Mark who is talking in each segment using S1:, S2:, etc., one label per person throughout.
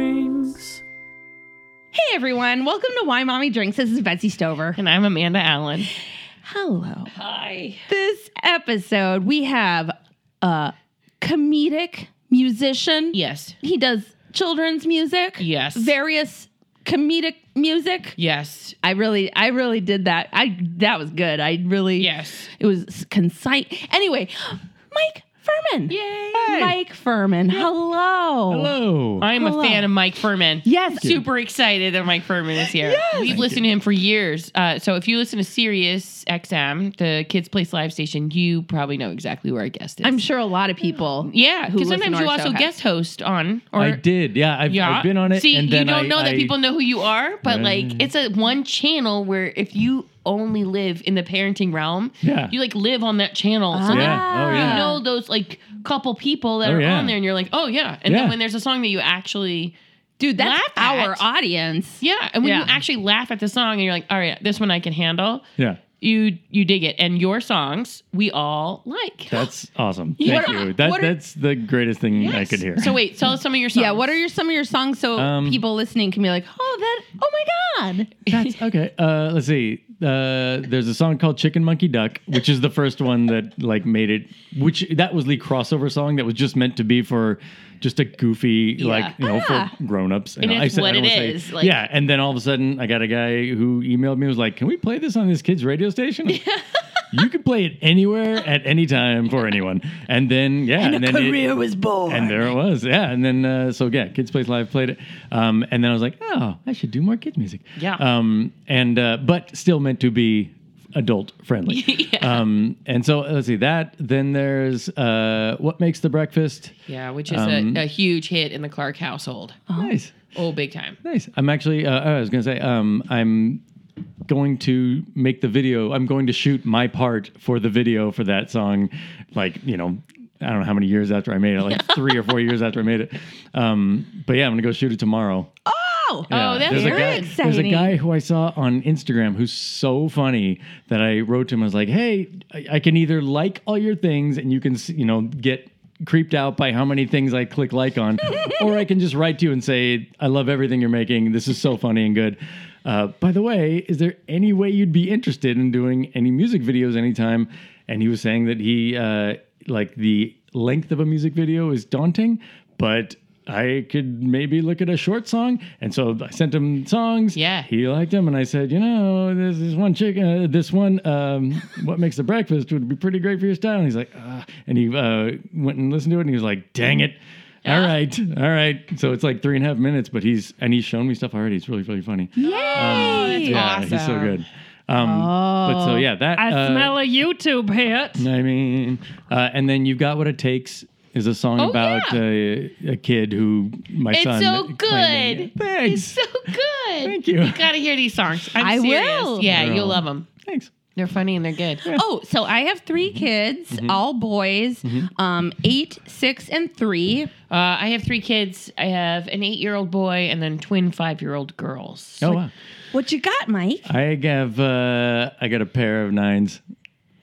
S1: drinks.
S2: Hey everyone, welcome to Why Mommy Drinks. This is Betsy Stover.
S3: And I'm Amanda Allen.
S2: Hello.
S3: Hi.
S2: This episode we have a comedic musician.
S3: Yes.
S2: He does children's music.
S3: Yes.
S2: Various comedic music.
S3: Yes.
S2: I really I really did that. I that was good. I really
S3: Yes.
S2: It was concise. Anyway, Mike Furman.
S3: Yay.
S2: Mike Furman. Hello.
S1: Hello.
S3: I'm
S2: Hello.
S3: a fan of Mike Furman.
S2: Yes.
S3: Super excited that Mike Furman is here. We've listened to him for years. Uh, so if you listen to Sirius XM, the Kids Place Live station, you probably know exactly where our guest is.
S2: I'm sure a lot of people.
S3: Yeah,
S2: who
S3: because
S2: listen to
S3: sometimes
S2: our
S3: you also
S2: show have-
S3: guest host on. Or
S1: I did. Yeah, I've,
S3: yeah,
S1: I've been on it.
S3: See,
S1: and
S3: you
S1: then
S3: don't
S1: I-
S3: know that
S1: I-
S3: people know who you are, but
S1: Right.
S3: like it's a one channel where if you only live in the parenting realm,
S1: Yeah.
S3: you like live on that channel.
S2: Ah.
S3: So
S1: Yeah.
S3: like,
S1: Oh,
S3: you
S1: yeah.
S3: know those like couple people that
S1: Oh,
S3: are
S1: yeah.
S3: on there, and you're like, oh yeah. And
S1: Yeah.
S3: then when there's a song that you actually,
S2: Dude, that's
S3: Laugh at.
S2: our audience.
S3: yeah, and when
S2: Yeah.
S3: you actually laugh at the song, and you're like, all right, this one I can handle.
S1: Yeah,
S3: You you dig it, and your songs we all like.
S1: that's awesome.
S3: Yeah.
S1: Thank
S2: What
S1: you.
S2: are-
S1: That,
S2: what are-
S1: that's the greatest thing I
S3: Yes.
S1: could hear.
S3: So wait, tell us some of your songs.
S2: Yeah, what are your some of your songs so
S1: Um,
S2: people listening can be like, oh that oh my god.
S1: That's okay. Uh, let's see. Uh, there's a song called Chicken Monkey Duck, which is the first one that like made it. Which that was the crossover song that was just meant to be for just a goofy like you know
S2: Ah.
S1: for grown-ups. You
S3: And
S1: know,
S3: it's
S1: said-
S3: what
S1: don't
S3: it
S1: wanna
S3: is, like-
S1: yeah, and then all of a sudden, I got a guy who emailed me and was like, "Can we play this on this kid's radio station?" you can play it anywhere at any time for anyone. And then yeah, and, then it-
S2: was born.
S1: and there it was, yeah. And then uh, so yeah, Kids Place Live played it, um, and then I was like, oh, I should do more kids music.
S3: Yeah.
S1: Um, and uh, but still meant to be adult friendly. Um, and so let's see that. Then there's uh, what makes the breakfast.
S3: Yeah, which is
S1: Um,
S3: a, a huge hit in the Clark household.
S1: Nice,
S3: Oh, big time.
S1: nice. I'm actually. Uh, I was gonna say. Um, I'm going to make the video. I'm going to shoot my part for the video for that song. Like you know. I don't know how many years after I made it, like three or four years after I made it. Um, but yeah, I'm gonna go shoot it tomorrow.
S2: oh,
S1: Yeah,
S3: Oh, that's
S1: there's a
S3: very
S1: guy,
S2: exciting.
S1: There's a guy who I saw on Instagram who's so funny that I wrote to him. I was like, "Hey, I, I can either like all your things, and you can, s- you know, get creeped out by how many things I click like on, or I can just write to you and say, I love everything you're making. This is so funny and good. Uh, by the way, is there any way you'd be interested in doing any music videos anytime?" And he was saying that he uh, like the length of a music video is daunting, but I could maybe look at a short song. And so I sent him songs.
S3: Yeah.
S1: He liked them. And I said, you know, this is one chicken, uh, this one, um, What Makes the Breakfast would be pretty great for your style. And he's like, ah. And he uh, went and listened to it and he was like, dang it. All right. All right. So it's like three and a half minutes, but he's, and he's shown me stuff already. It's really, really funny.
S2: Yay!
S1: yeah. He's so
S3: awesome.
S1: Um,
S3: Oh,
S1: good. Um, But so, yeah, that. uh,
S2: a YouTube hit.
S1: I mean, uh, and then you've got what it takes is a song
S3: Oh,
S1: about uh, a kid who my
S3: It's
S1: son.
S3: so
S1: claimed-
S3: good.
S1: Thanks.
S3: It's so good.
S1: Thank you.
S3: You gotta hear these songs. I'm
S2: I
S3: serious.
S2: will.
S3: Yeah,
S1: Girl.
S3: you'll love them.
S1: Thanks.
S3: They're funny and they're good.
S2: Oh, so I have three kids, all boys, um, eight, six, and three.
S3: Uh, I have three kids. I have an eight-year-old boy and then twin five-year-old girls.
S1: Oh wow.
S2: What you got, Mike?
S1: I have uh, I got a pair of nines.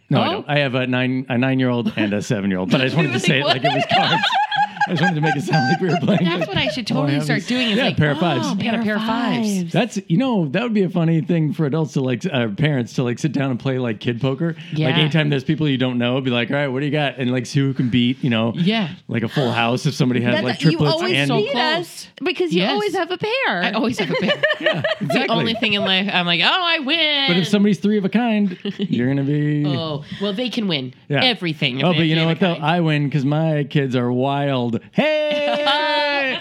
S1: No, I
S3: Oh.
S1: don't. I have a nine a nine year old and a seven year old. But I just wanted to
S3: Like,
S1: say it like it was cards. I just wanted to make it sound like we were playing.
S3: That's what I should totally
S1: have
S3: start
S1: these-
S3: doing. Is
S1: yeah,
S3: like,
S1: pair of fives.
S3: Oh, I got a pair of fives.
S1: That's you know that would be a funny thing for adults to like uh, parents to like sit down and play like kid poker.
S3: Yeah.
S1: Like anytime there's people you don't know, be like, all right, what do you got? And like see who can beat you know.
S3: Yeah.
S1: Like a full house if somebody has
S2: That's
S1: like
S2: you
S1: triplets
S2: always
S1: and
S2: beat
S3: So
S2: us
S3: close.
S2: because you
S3: Yes.
S2: always have a pair.
S3: I always have a pair.
S1: yeah,
S3: The
S1: exactly.
S3: only thing in life, I'm like, oh, I win.
S1: but if somebody's three of a kind, you're gonna be.
S3: oh, well, they can win
S1: Yeah.
S3: everything. if
S1: Oh,
S3: they
S1: but you
S3: have
S1: know
S3: the
S1: what though?
S3: kind.
S1: I win because my kids are wild. Hey!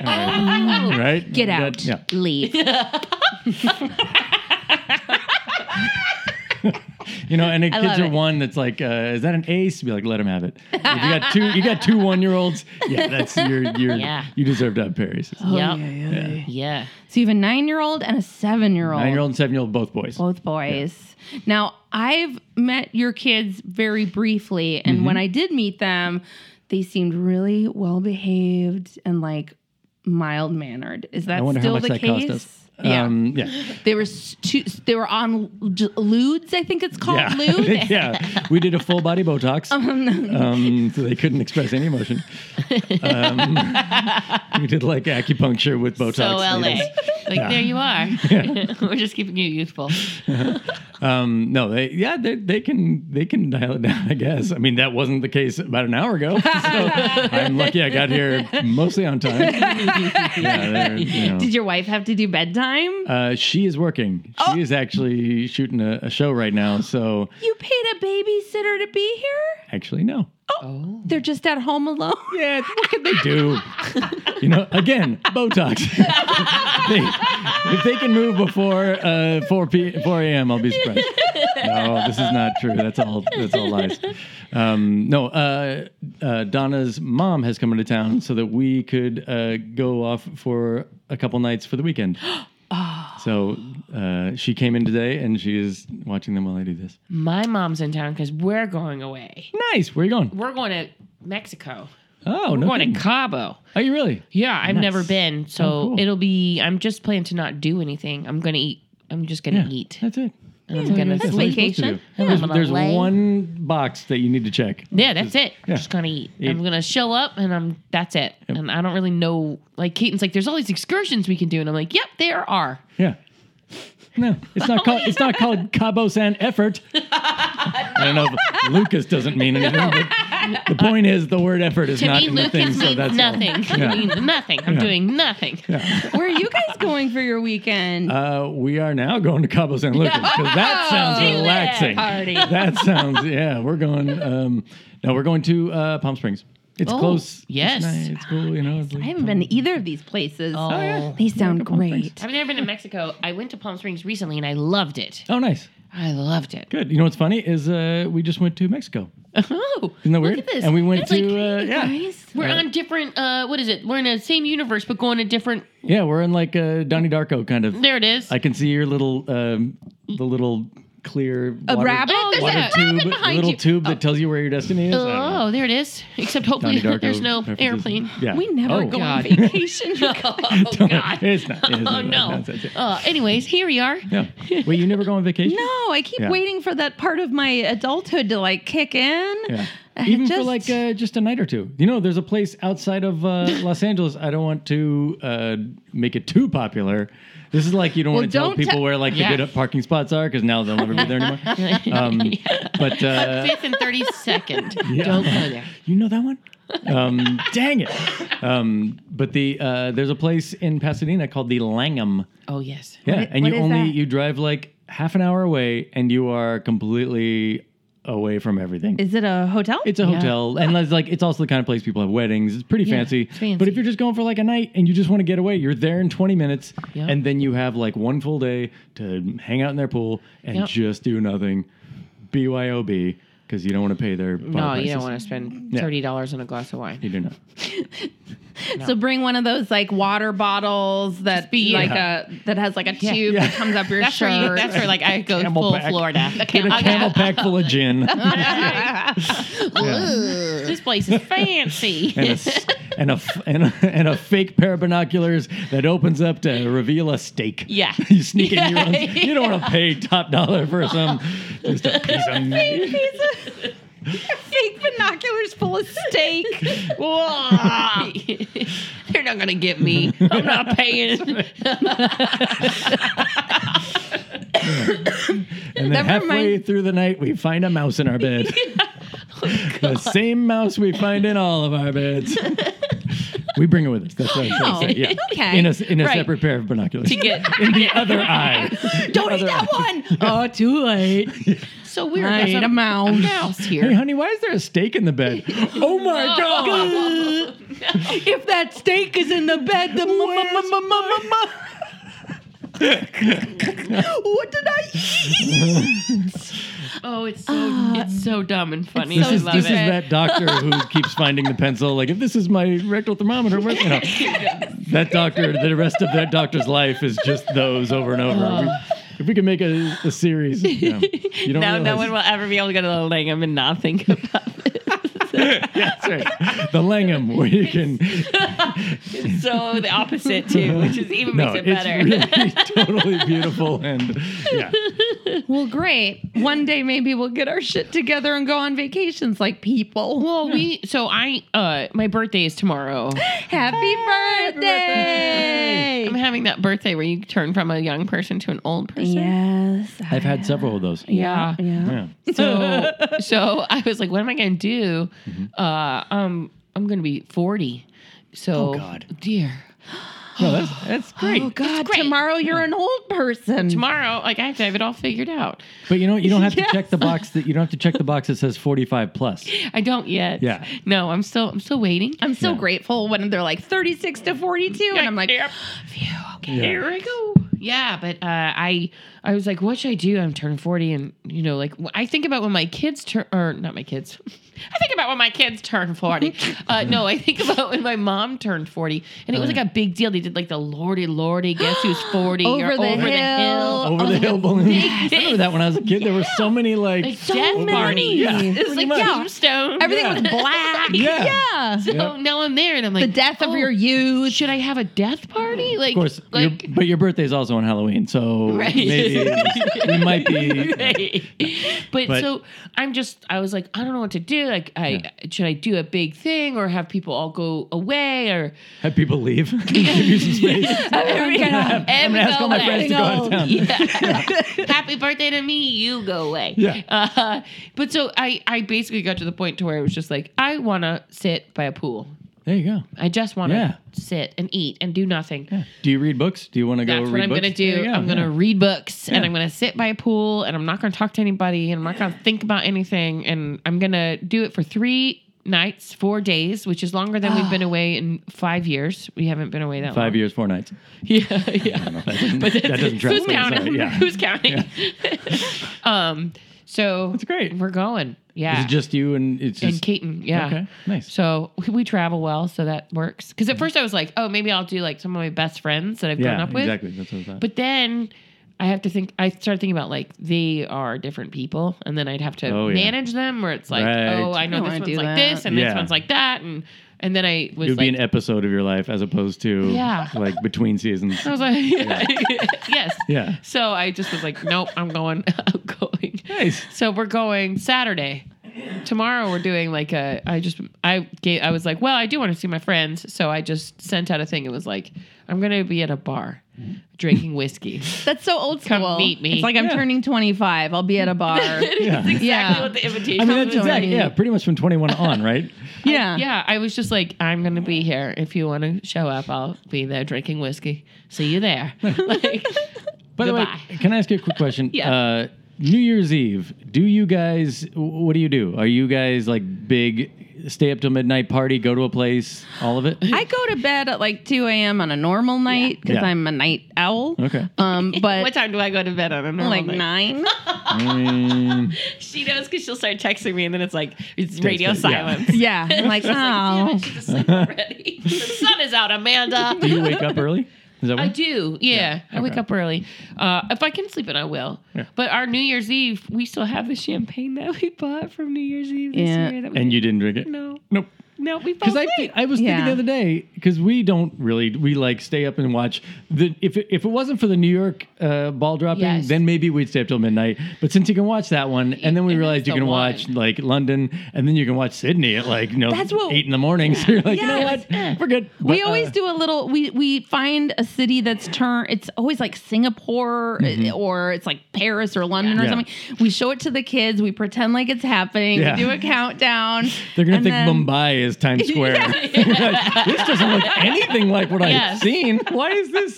S1: right?
S2: Get
S1: That-
S2: out.
S1: yeah.
S2: Leave.
S1: You know, and if
S2: I
S1: kids
S2: love
S1: are
S2: it.
S1: one that's like, uh, is that an ace? Be like, let them have it. If you got two, you got two one-year-olds. Yeah, that's your, your,
S3: Yeah.
S1: you deserve to have Paris.
S3: Yep.
S2: Oh, yeah, yeah,
S1: Yeah.
S3: Yeah.
S2: So you have a nine-year-old and a seven-year-old.
S1: Nine-year-old and seven-year-old, both boys.
S2: both boys. Now, I've met your kids very briefly,
S1: Mm-hmm.
S2: and when I did meet them, they seemed really well behaved and like mild mannered. Is that
S1: I wonder how
S2: still
S1: much
S2: the
S1: that
S2: case?
S1: cost us.
S2: Yeah.
S1: Um, yeah.
S2: they were s- too, they were on l- j- lewds, I think it's called lewd.
S1: yeah. We did a full body Botox.
S2: Oh.
S1: Um, so they couldn't express any emotion. Um, we did like acupuncture with Botox.
S3: So LA.
S1: needles.
S3: Like, there you are. We're just keeping you youthful.
S1: Um, no, they yeah, they, they can they can dial it down, I guess. I mean, that wasn't the case about an hour ago. So I'm lucky I got here mostly on time. yeah, they're, you know.
S2: Did your wife have to do bedtime?
S1: uh, she is working. She is actually shooting a, a show right now. So
S2: you paid a babysitter to be here?
S1: actually, no.
S3: Oh.
S2: They're just at home alone.
S1: Yeah, what can they do? you know, again, Botox. They- if they can move before uh, 4 p 4 a.m., I'll be surprised. No, this is not true. That's all. That's all lies. Um, no, uh, uh, Donna's mom has come into town so that we could uh, go off for a couple nights for the weekend. So uh, she came in today, and she is watching them while I do this.
S3: My mom's in town because we're going away.
S1: Nice. Where are you going?
S3: We're going to Mexico.
S1: Oh,
S3: We're
S1: no.
S3: going
S1: kidding.
S3: to Cabo.
S1: Are you really?
S3: Yeah, I've never been. So
S1: Oh, cool.
S3: it'll be, I'm just planning to not do anything. I'm going to eat. I'm just going to eat.
S1: That's it.
S3: I'm going to
S1: That's what you're
S3: sleep.
S1: supposed to
S2: vacation.
S1: do.
S3: Yeah.
S1: There's,
S3: I'm gonna
S1: there's
S3: lay.
S1: one box that you need to check.
S3: Yeah, that's it.
S1: yeah.
S3: I'm just gonna eat.
S1: Eat.
S3: I'm gonna show up, and I'm that's it. And I don't really know. Like Keaton's like, there's all these excursions we can do, and I'm like, yep, there are.
S1: Yeah. No, it's not called. It's not called Cabo San Effort. I don't know. if Lucas doesn't mean anything. But the point is, the word effort is
S3: To
S1: not
S3: me,
S1: in the
S3: Lucas
S1: thing.
S3: means
S1: so that's all.
S3: nothing.
S1: Yeah.
S3: It means nothing. I'm doing nothing.
S2: Where are you guys going for your weekend?
S1: Uh, we are now going to Cabo San Lucas because that sounds
S3: Oh, Do that
S1: relaxing.
S2: party.
S1: That sounds yeah. We're going. Um, no, we're going to uh, Palm Springs. It's
S3: Oh,
S1: close.
S3: yes.
S1: It's, nice. It's cool. You know. It's like,
S2: I haven't been to either of these places.
S3: Oh, yeah.
S2: They sound
S1: come on,
S2: great.
S3: I've never been to Mexico. I went to Palm Springs recently, and I loved it.
S1: oh, nice.
S3: I loved it.
S1: Good. You know what's funny is uh, we just went to Mexico.
S3: Oh,
S1: Isn't that weird?
S3: Look at this.
S1: And we went
S3: It's
S1: to
S3: like,
S1: uh, yeah,
S2: Guys,
S3: We're on different. Uh, what is it? We're in the same universe, but going to different.
S1: yeah. We're in like a Donnie Darko kind of.
S3: There it is.
S1: I can see your little um, the little clear
S2: a
S1: water,
S2: rabbit?
S3: Oh,
S2: There's
S1: water
S3: yeah.
S1: tube,
S3: rabbit behind
S1: little
S3: you.
S1: tube that tells you where your destiny is. I don't know.
S3: oh, there it is. Except hopefully
S1: Donnie Darko.
S3: there's no
S1: references.
S3: airplane.
S1: Yeah.
S2: We never
S1: Oh.
S2: go on
S3: God.
S2: vacation. you guys.
S3: Oh God.
S1: it's not. It's
S3: Oh
S1: not,
S3: no.
S1: That's it.
S3: Uh, anyways, here we are.
S1: Yeah. Wait, you never go on vacation?
S2: no, I keep
S1: Yeah.
S2: waiting for that part of my adulthood to like kick in.
S1: Yeah.
S2: I
S1: Even for
S2: just-
S1: like uh, just a night or two. You know, there's a place outside of uh, Los Angeles. I don't want to uh, make it too popular. This is like you don't
S2: Well,
S1: want to tell
S2: don't
S1: people
S2: te-
S1: where like
S3: Yeah.
S1: the good parking spots are because now they'll never be there anymore. Um, But uh,
S3: Fifth and thirty second.
S1: Yeah.
S3: Don't go there.
S1: You know that one? Um, dang it! Um, but the uh, there's a place in Pasadena called the Langham.
S3: Oh yes.
S1: Yeah,
S2: i-
S1: and
S2: what
S1: you
S2: is
S1: only
S2: that?
S1: you drive like half an hour away, and you are completely away from everything.
S2: Is it a hotel?
S1: It's a hotel, and it's like it's also the kind of place people have weddings. It's pretty
S3: Yeah,
S1: fancy.
S3: it's fancy.
S1: But if you're just going for like a night and you just want to get away, you're there in 20 minutes,
S3: Yep.
S1: and then you have like one full day to hang out in their pool and
S3: Yep.
S1: just do nothing. BYOB, because you don't want to pay their
S3: No, you don't want to spend thirty dollars on a glass of wine.
S1: You do not.
S2: So bring one of those like water bottles that
S3: be you.
S2: like a that has like a tube
S1: Yeah.
S2: that comes up your
S3: That's
S2: shirt.
S3: where you, that's where like I go
S1: Camel
S3: full
S1: back.
S3: Florida. Okay,
S1: Get a camel pack full of gin. Yeah.
S3: This place is fancy.
S1: And a, s- and, a f- and, a, and a fake pair of binoculars that opens up to reveal a steak.
S3: Yeah.
S1: you sneak in your own.
S3: Yeah.
S1: You don't want to pay top dollar for some just a piece of meat.
S2: Piece of- Fake binoculars full of steak.
S3: Whoa. They're not gonna get me. I'm not paying.
S1: And then
S2: That
S1: halfway
S2: reminds-
S1: through the night, we find a mouse in our bed.
S3: Oh,
S1: the same mouse we find in all of our beds. we bring it with us. That's what I'm trying to say. Yeah.
S2: okay.
S1: In a, s- in a
S3: Oh, Right.
S1: separate pair of binoculars.
S3: to get.
S1: in the other eye.
S2: Don't eat
S1: Other
S2: that
S1: eye.
S2: one. Oh, too late.
S3: So weird.
S2: I
S3: There's
S2: ate a mouse.
S3: mouse
S1: Hey,
S3: here.
S1: honey, why is there a steak in the bed? oh my god!
S2: if that steak is in the bed, the mu- mu- mu- mu- mu- mu- mu- What did I eat?
S3: Oh, it's so it's so dumb and funny.
S1: This
S3: I
S1: is
S3: love
S1: Ah. this is
S3: it.
S1: that doctor who keeps finding the pencil. Like if this is my rectal thermometer, where, you know, that doctor. The rest of that doctor's life is just those over and over. We- if we could make a, a series, you, know, you don't
S3: now Oh. no
S1: realize-
S3: one will ever be able to go to the Langham and not think about this.
S1: That's right. The Langham, where you can.
S3: so the opposite too, which is even
S1: No,
S3: makes it
S1: it's
S3: better.
S1: really totally beautiful. And yeah,
S2: Well, great. One day maybe we'll get our shit together and go on vacations like people.
S3: well, we so I uh my birthday is tomorrow.
S2: Happy birthday!
S3: I'm having that birthday where you turn from a young person to an old person.
S2: Yes.
S1: I've had several of those.
S2: Yeah. Yeah.
S3: Yeah.
S1: Yeah.
S3: So so I was like, what am I gonna do?
S1: Mm-hmm.
S3: Uh um I'm gonna be forty. So
S1: Oh, God.
S3: dear.
S1: No, that's, that's great.
S2: Oh God!
S3: great.
S2: Tomorrow you're an old person.
S3: Tomorrow, like I have to have it all figured out.
S1: But you know, you don't have to
S2: Yes.
S1: check the box that you don't have to check the box that says 45 plus.
S3: I don't yet.
S1: Yeah.
S3: No, I'm still I'm still waiting.
S2: I'm so
S1: Yeah.
S2: grateful when they're like 36 to 42, and I'm like,
S3: Yep. phew, okay,
S1: Yeah.
S3: here I go. Yeah, but uh, I I was like, what should I do? I'm turning 40, and you know, like wh- I think about when my kids turn, or not my kids. I think about when my kids turn 40. uh, no, I think about when my mom turned 40, and it was like a big deal. They did like the Lordy Lordy, guess who's 40? or
S2: Over the hill.
S1: Over the hill balloon. I remember that when I was a kid. There were so many like.
S3: Like
S1: so
S3: death
S1: many.
S3: parties.
S1: Yeah.
S3: It was
S1: pretty
S3: like
S1: much.
S3: tombstone.
S2: everything
S1: Yeah.
S2: was black.
S1: Yeah.
S3: So now I'm there, and I'm like,
S2: The death of
S3: oh,
S2: your youth.
S3: Should I have a death party? Like,
S1: Of course, your-
S3: like
S1: but your birthday's also on Halloween, so
S3: Right.
S1: maybe we might be.
S3: Right. But,
S1: But-
S3: so I'm just I was like I don't know what to do like I
S1: Yeah.
S3: should I do a big thing or have people all go away or
S1: Have people leave? Give you some space.
S2: I'm gonna-
S1: I'm gonna ask all my friends to go out of town.
S3: Happy birthday to me, you go away.
S1: Yeah.
S3: Uh, but so I I basically got to the point to where it was just like I want to sit by a pool.
S1: There you go.
S3: I just want to
S1: Yeah.
S3: sit and eat and do nothing.
S1: Yeah. Do you read books? Do you want to go
S3: That's
S1: read
S3: what I'm
S1: books?
S3: gonna
S1: There
S3: do.
S1: you
S3: I'm gonna
S1: Yeah.
S3: read books and
S1: Yeah.
S3: I'm gonna sit by a pool and I'm not gonna talk to anybody and I'm not gonna think about anything and I'm gonna do it for three nights, four days, which is longer than we've been away in five years. We haven't been away that
S1: Five
S3: long.
S1: years, four nights.
S3: Yeah, yeah.
S1: That doesn't,
S3: But
S1: that doesn't track.
S3: who's
S1: but it's all right,
S3: counting?
S1: Yeah.
S3: Who's counting? um. So
S1: That's great.
S3: We're going.
S1: Is
S3: Yeah.
S1: it just you and it's
S3: and
S1: just
S3: Keaton, yeah.
S1: Okay, nice.
S3: So we- we travel well, so that works. Because at first I was like, oh, maybe I'll do like some of my best friends that I've grown
S1: yeah,
S3: up with.
S1: exactly. That's what I thought.
S3: But then I have to think. I started thinking about like they are different people, and then I'd have to
S1: Oh, yeah.
S3: manage them. Where it's like,
S1: Right.
S3: oh, I know
S2: I
S3: this
S2: wanna
S3: one's
S2: do
S3: like
S2: that.
S3: this, and
S1: Yeah.
S3: this one's like that, and and then I
S1: it
S3: was
S1: would
S3: like,
S1: be an episode of your life as opposed to
S3: Yeah.
S1: like between seasons.
S3: I was like, yes,
S1: Yeah.
S3: So I just was like, nope, I'm going, I'm going.
S1: Nice.
S3: So we're going Saturday. Tomorrow we're doing like a. I just I gave. I was like, well, I do want to see my friends, so I just sent out a thing. It was like, I'm gonna be at a bar,
S1: Mm-hmm.
S3: drinking whiskey.
S2: That's so old school.
S3: Come meet me.
S2: It's like I'm
S1: Yeah.
S2: turning 25. I'll be at a bar.
S1: Yeah.
S2: Yeah.
S3: Exactly what the invitation
S1: I mean, that's
S3: was.
S1: exactly, yeah, pretty much from 21 on, right?
S2: yeah.
S3: Yeah, I was just like, I'm gonna be here. If you want to show up, I'll be there drinking whiskey. See you there. like,
S1: By the way,
S3: Goodbye.
S1: can I ask you a quick question?
S3: Yeah.
S1: Uh, New Year's Eve, do you guys, wh- what do you do? Are you guys like big stay up till midnight party, go to a place, all of it?
S2: I go to bed at like 2 a.m. on a normal night because
S1: Yeah.
S2: I'm a night owl.
S1: Okay.
S2: Um,
S3: what
S2: but
S3: time do I go to bed on a normal
S2: like
S3: night?
S2: nine.
S1: I mean,
S3: She knows because she'll start texting me, and then it's like it's radio
S1: it, yeah.
S3: silence.
S2: yeah. I'm like, oh.
S3: She's asleep already. the sun is out, Amanda.
S1: do you wake up early? Is that
S3: I
S1: what?
S3: do, yeah. I wake
S1: okay.
S3: up early. Uh, if I can sleep it, I will.
S1: Yeah.
S3: But our New Year's Eve, we still have the champagne that we bought from New Year's Eve this
S2: Yeah.
S3: year. That we
S1: And you didn't drink it?
S3: no,
S1: Nope.
S3: no, we fell
S1: Because I,
S3: asleep.
S1: thi- I was
S2: Oh, Yeah.
S1: thinking the other day because we don't really we like stay up and watch the if it, if it wasn't for the New York uh, ball dropping
S3: Yes.
S1: then maybe we'd stay up till midnight but since you can watch that one and then we
S3: And
S1: realized
S3: that's
S1: you
S3: the
S1: can
S3: one.
S1: watch like London and then you can watch Sydney at like you know
S2: That's what-
S1: eight in the morning so you're like
S2: Yeah.
S1: you know what
S2: Yeah.
S1: we're good uh,
S2: we always do a little we we find a city that's turn it's always like singapore uh, or it's like paris or london or
S1: Mm-hmm. Yeah.
S2: something we show it to the kids we pretend like it's happening
S1: Yeah.
S2: we do a countdown
S1: they're gonna
S2: and
S1: think
S2: then-
S1: Mumbai is Times Square Like, this doesn't look anything like what I've
S3: Yes.
S1: seen why is this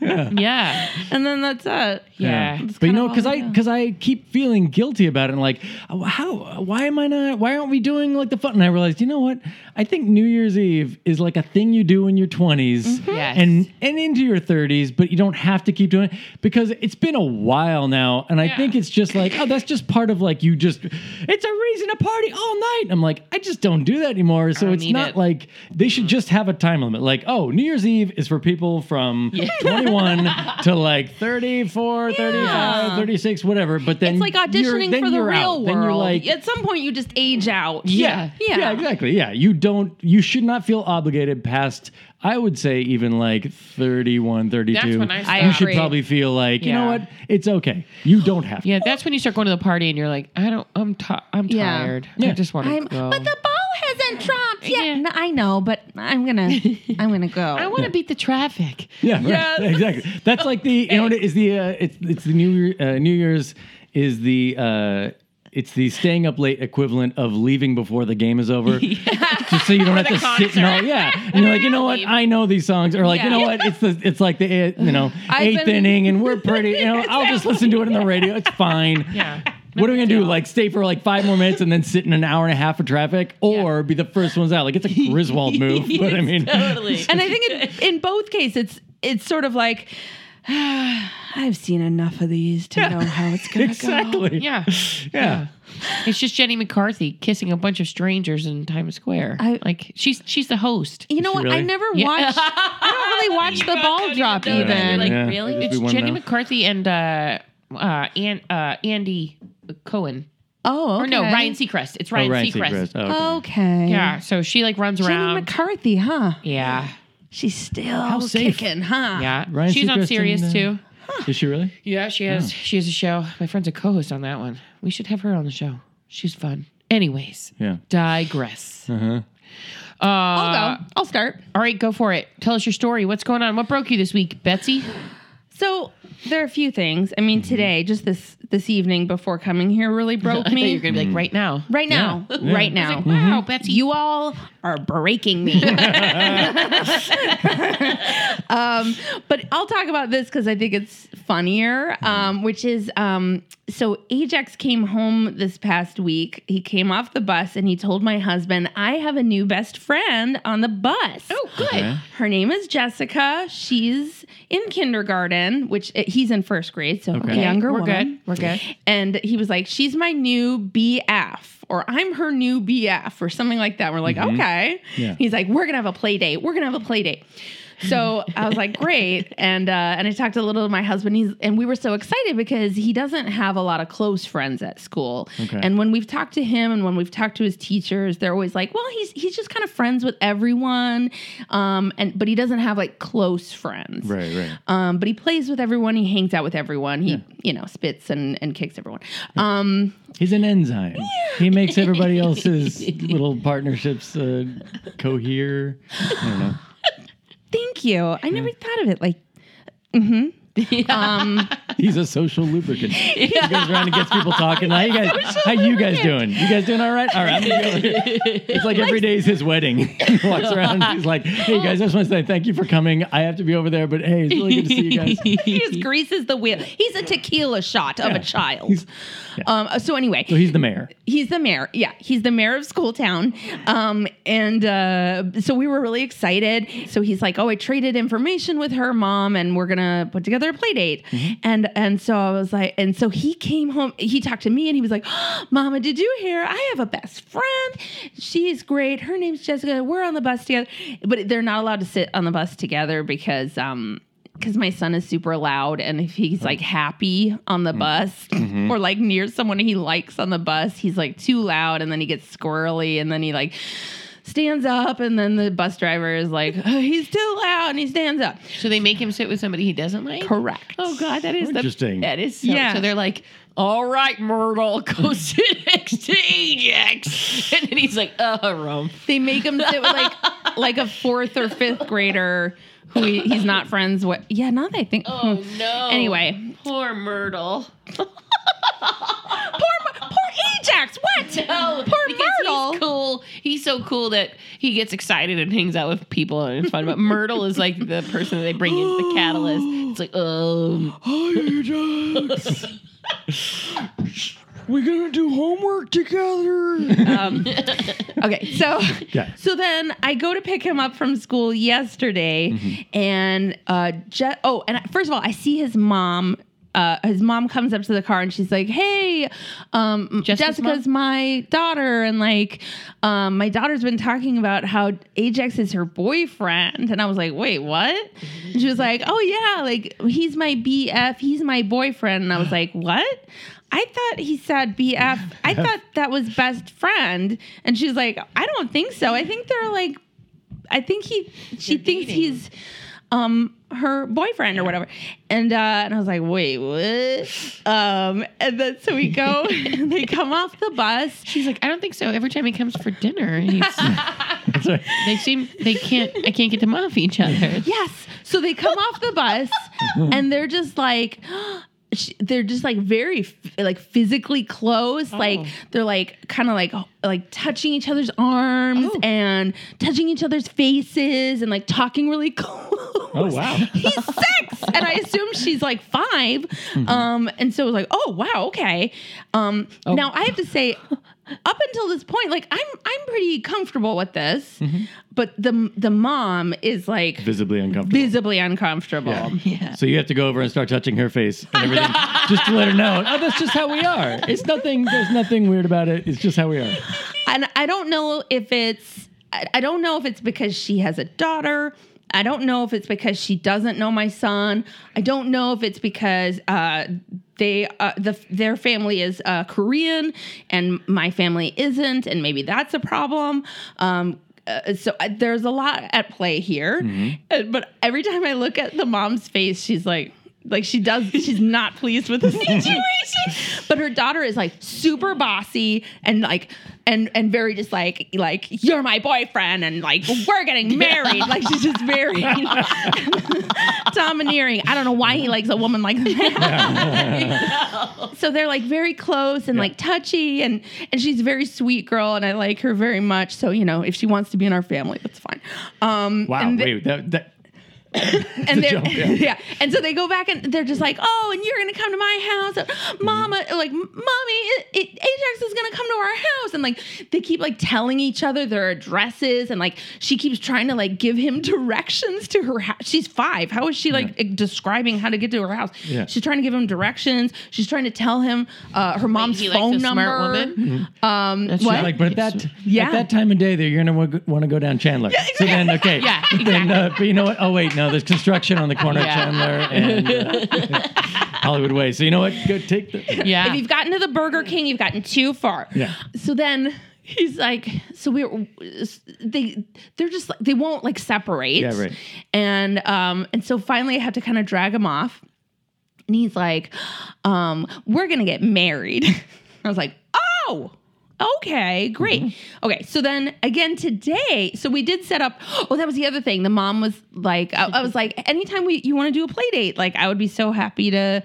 S3: yeah,
S2: and then that's it
S3: yeah.
S1: But you
S2: kind
S1: know,
S2: of
S1: because
S2: all
S1: I
S2: we do.
S1: because I keep feeling guilty about it, and like, oh, how? Why am I not? Why aren't we doing like the fun? And I realized, you know what? I think New Year's Eve is like a thing you do in your 20s
S3: Yes.
S1: and and into your thirties, but you don't have to keep doing it because it's been a while now, and I
S3: Yeah.
S1: think it's just like, oh, that's just part of like you just. It's a reason to party all night. And I'm like, I just don't do that anymore. hours. So
S3: don't
S1: it's
S3: need
S1: not
S3: it.
S1: like they
S2: Mm.
S1: should just have a time limit. Like, oh, New Year's Eve is for people from 21 to like 34, 35, 36, whatever. But then
S2: It's like
S1: you're-
S2: auditioning
S1: then
S2: for the
S1: you're
S2: real
S1: out.
S2: world.
S1: Then you're like,
S2: At some point, you just age out.
S1: yeah,
S2: Yeah.
S1: yeah, exactly. Yeah, you don't. You should not feel obligated past. I would say even like 31, 32.
S3: when I
S1: you
S3: stopped.
S1: should
S2: Agree.
S1: probably feel like you know
S3: Yeah.
S1: what? It's okay. You don't have to.
S3: Yeah, that's when you start going to the party and you're like, I don't, I'm, ti I'm
S2: Yeah.
S3: tired.
S1: Yeah.
S3: I just want
S2: I'm,
S3: to go.
S2: But the ball hasn't dropped yet.
S3: Yeah.
S2: No, I know, but I'm gonna, I'm gonna go.
S3: I want to beat the traffic.
S1: Yeah, right.
S2: Yes.
S1: exactly. That's like the you know what it is the uh, it's it's the New Year, uh, New Year's is the uh, it's the staying up late equivalent of leaving before the game is over. Just so you don't have to
S3: the
S1: sit and all
S3: concert.
S1: yeah. And you're like, you know what? I know these songs. Or like, you
S2: Yeah.
S1: know what? It's the it's like the eh, you know
S2: I've
S1: eighth
S2: been-
S1: inning and we're pretty. You know, I'll just listen to it on the radio. It's fine.
S3: Yeah.
S1: What are we gonna do? Like stay for like five more minutes and then sit in an hour and a half of traffic, or be the first ones out? Like it's a Griswold move, but I mean,
S3: Totally.
S2: and I think it, in both cases, it's it's sort of like I've seen enough of these to know how it's gonna go.
S1: exactly.
S3: yeah.
S1: yeah.
S3: It's just Jenny McCarthy kissing a bunch of strangers in Times Square.
S2: I-
S3: like she's she's the host.
S2: You know
S1: Is she
S2: what? I
S1: really?
S2: never
S3: Yeah.
S2: watched. I don't really watch the ball drop
S3: know
S2: even.
S3: that. You're like,
S1: Yeah.
S2: really?
S1: It'd
S3: It's
S1: just be one
S3: Jenny
S1: now.
S3: McCarthy and uh uh and uh Andy Cohen.
S2: Oh, okay.
S3: Or no, Ryan Seacrest. It's
S1: Oh,
S3: Ryan,
S1: Ryan
S3: Seacrest.
S1: Seacrest. Oh, okay.
S2: Okay.
S3: Yeah, so she like runs
S2: Jenny
S3: around.
S2: McCarthy, huh?
S3: yeah,
S2: She's still
S1: safe.
S2: kicking, huh?
S3: yeah.
S1: Ryan
S3: she's
S1: Seacrest
S3: on Sirius
S1: and, uh,
S3: too.
S1: Is she really?
S3: Yeah, she has.
S1: Hmm.
S3: She has a show. My friend's a co-host on that one. We should have her on the show. She's fun. Anyways,
S1: Yeah.
S3: digress.
S1: Uh-huh.
S3: Uh,
S2: I'll go. I'll start.
S3: All right, go for it. Tell us your story. What's going on? What broke you this week, Betsy?
S2: So there are a few things. I mean, today, just this this evening before coming here, really broke me.
S3: You're gonna be like right now.
S2: right now,
S1: Yeah.
S2: right
S1: I
S2: now. Mm-hmm.
S3: Wow, Betsy.
S2: You all are breaking me. um, but I'll talk about this because I think it's funnier, um, which is um, so Ajax came home this past week. He came off the bus and he told my husband, I have a new best friend on the bus.
S3: oh, good.
S1: Okay.
S2: Her name is Jessica. She's in kindergarten, which uh, he's in first grade, so
S1: Okay.
S2: a younger
S3: We're
S2: woman.
S3: good. We're good.
S2: And he was like, she's my new BF, or I'm her new BF, or something like that. We're like,
S3: Mm-hmm.
S2: okay.
S1: Yeah.
S2: He's like, we're gonna have a play date. We're gonna have a play date. So I was like, great. And uh, and I talked a little to my husband. He's and we were so excited because he doesn't have a lot of close friends at school.
S1: Okay.
S2: And when we've talked to him and when we've talked to his teachers, they're always like, well, he's he's just kind of friends with everyone. Um, and but he doesn't have like close friends.
S1: Right, right.
S2: Um, but he plays with everyone. He hangs out with everyone. He, you know, spits and, and kicks everyone. Um,
S1: He's an enzyme. He makes everybody else's little partnerships uh, cohere. I don't know.
S2: thank you. I never thought of it like
S1: He's a social lubricant. He goes around and gets people talking. How you guys? How you guys doing? You guys doing all right? All right. I'm gonna go. It's like every day is his wedding. he walks around. And he's like, "Hey you guys, I just want to say thank you for coming. I have to be over there, but hey, it's really good to see you guys."
S2: he just greases the wheel. He's a tequila shot of a child.
S1: He's- yeah.
S2: Um, so anyway,
S1: So he's the mayor.
S2: he's the mayor. Yeah, he's the mayor of Schooltown. Um, and uh, so we were really excited. So he's like, "Oh, I traded information with her mom, and we're gonna put together a play date." And and so I was like, and so he came home. He talked to me, and he was like, "Mama, did you hear? I have a best friend. She's great. Her name's Jessica. We're on the bus together, but they're not allowed to sit on the bus together because." Um, because my son is super loud and if
S3: Hmm.
S2: he's like happy on the bus
S3: Mm-hmm.
S2: or like near someone he likes on the bus he's like too loud and then he gets squirrely and then he like stands up and then the bus driver is like "Oh, he's too loud and he stands up
S3: So they make him sit with somebody he doesn't like.
S2: correct
S3: Oh God, that is the-
S1: Interesting.
S3: that is so,
S2: Yeah.
S3: yeah. So they're like, "All right, Myrtle, go sit next to Ajax," and then he's like, "Uh, Rome."
S2: they make him sit with like like a fourth or fifth grader who he, he's not friends with yeah now that i think hmm.
S3: Oh no.
S2: Anyway.
S3: poor Myrtle.
S2: poor, Ma- poor ajax what
S3: Oh,
S2: poor
S3: because
S2: myrtle
S3: He's cool. He's so cool that he gets excited and hangs out with people and it's fun. But Myrtle is like the person that they bring in the catalyst. It's like, um,
S1: Hi, Ajax. We're gonna do homework together.
S2: Um, okay, so
S1: Yeah.
S2: so then I go to pick him up from school yesterday, and uh, Je- oh, and I- first of all, I see his mom uh, his mom comes up to the car and she's like, "Hey, um,
S3: Jessica's
S2: Jessica's my daughter, and like, um, my daughter's been talking about how Ajax is her boyfriend." And I was like, "Wait, what?" And she was like, "Oh yeah, like he's my BF, he's my boyfriend." And I was like, "What?" I thought he said BF. I thought that was best friend. And she's like, "I don't think so. I think they're like, I think he, she
S3: They're
S2: thinks
S3: dating.
S2: he's." um her boyfriend or whatever and uh and i was like wait what um and then so we go and they come off the bus
S3: She's like, I don't think so. Every time he comes for dinner, he's,
S1: That's right.
S3: they seem they can't. I can't get them off each other.
S2: yes so they come off the bus and they're just like sh- they're just like very f- like physically close like
S3: Oh.
S2: they're like kind of like like touching each other's arms
S3: Oh.
S2: and touching each other's faces and like talking really close
S1: Oh, wow.
S2: he's six and i assume she's like 5 um and so it was like oh wow okay um now i have to say up until this point like i'm i'm pretty comfortable with this but the the mom is like
S1: Visibly uncomfortable.
S2: visibly uncomfortable
S1: Yeah.
S3: Yeah.
S1: So you have to go over and start touching her face and everything just to let her know. Oh, that's just how we are. It's nothing. There's nothing weird about it. It's just how we are.
S2: and I don't know if it's I I don't know if it's because she has a daughter. I don't know if it's because she doesn't know my son. I don't know if it's because uh, they uh, the their family is uh, Korean and my family isn't, and maybe that's a problem. Um, uh, so I, there's a lot at play here,
S1: Mm-hmm.
S2: Uh, but every time I look at the mom's face, she's like, like she does, she's not pleased with the situation. but her daughter is like super bossy and like and and very just like like you're my boyfriend and like we're getting married. like she's just very you know, domineering. I don't know why he likes a woman like that. so they're like very close and like touchy and and she's a very sweet girl and I like her very much. So you know if she wants to be in our family, that's fine. Um,
S1: Wow.
S2: and the-
S1: wait. That, that
S2: and
S1: the
S2: they're,
S1: jump,
S2: yeah.
S1: yeah.
S2: and so they go back and they're just like, oh, and you're gonna come to my house,
S1: Mm-hmm.
S2: Mama, like, mommy, it, it, Ajax is gonna come to our house, and like they keep like telling each other their addresses, and like she keeps trying to like give him directions to her house. She's five. How is she like describing how to get to her house?
S1: Yeah.
S2: She's trying to give him directions. She's trying to tell him uh, her mom's
S3: he likes
S2: phone
S3: a
S2: number.
S3: smart woman?
S2: Um,
S3: That's
S2: what?
S3: right.
S1: Hmm. like, but at that
S2: Yeah.
S1: at that time of day, that you're gonna want to go down Chandler. So then, okay.
S3: Yeah,
S1: Then, uh, but you know what? Oh wait, no. There's construction on the corner
S3: Yeah.
S1: of Chandler and uh, Hollywood Way. So you know what? Go take the.
S3: Yeah.
S2: If you've gotten to the Burger King, you've gotten too far.
S1: Yeah.
S2: So then he's like, so we're they they're just like they won't like separate.
S1: Yeah, right.
S2: And um and so finally I have to kind of drag him off, and he's like, um, we're gonna get married. I was like, oh. Okay, great.
S1: Mm-hmm.
S2: Okay, so then again today, so we did set up. Oh, that was the other thing. The mom was like, I, I was like, anytime we you want to do a play date, like I would be so happy to.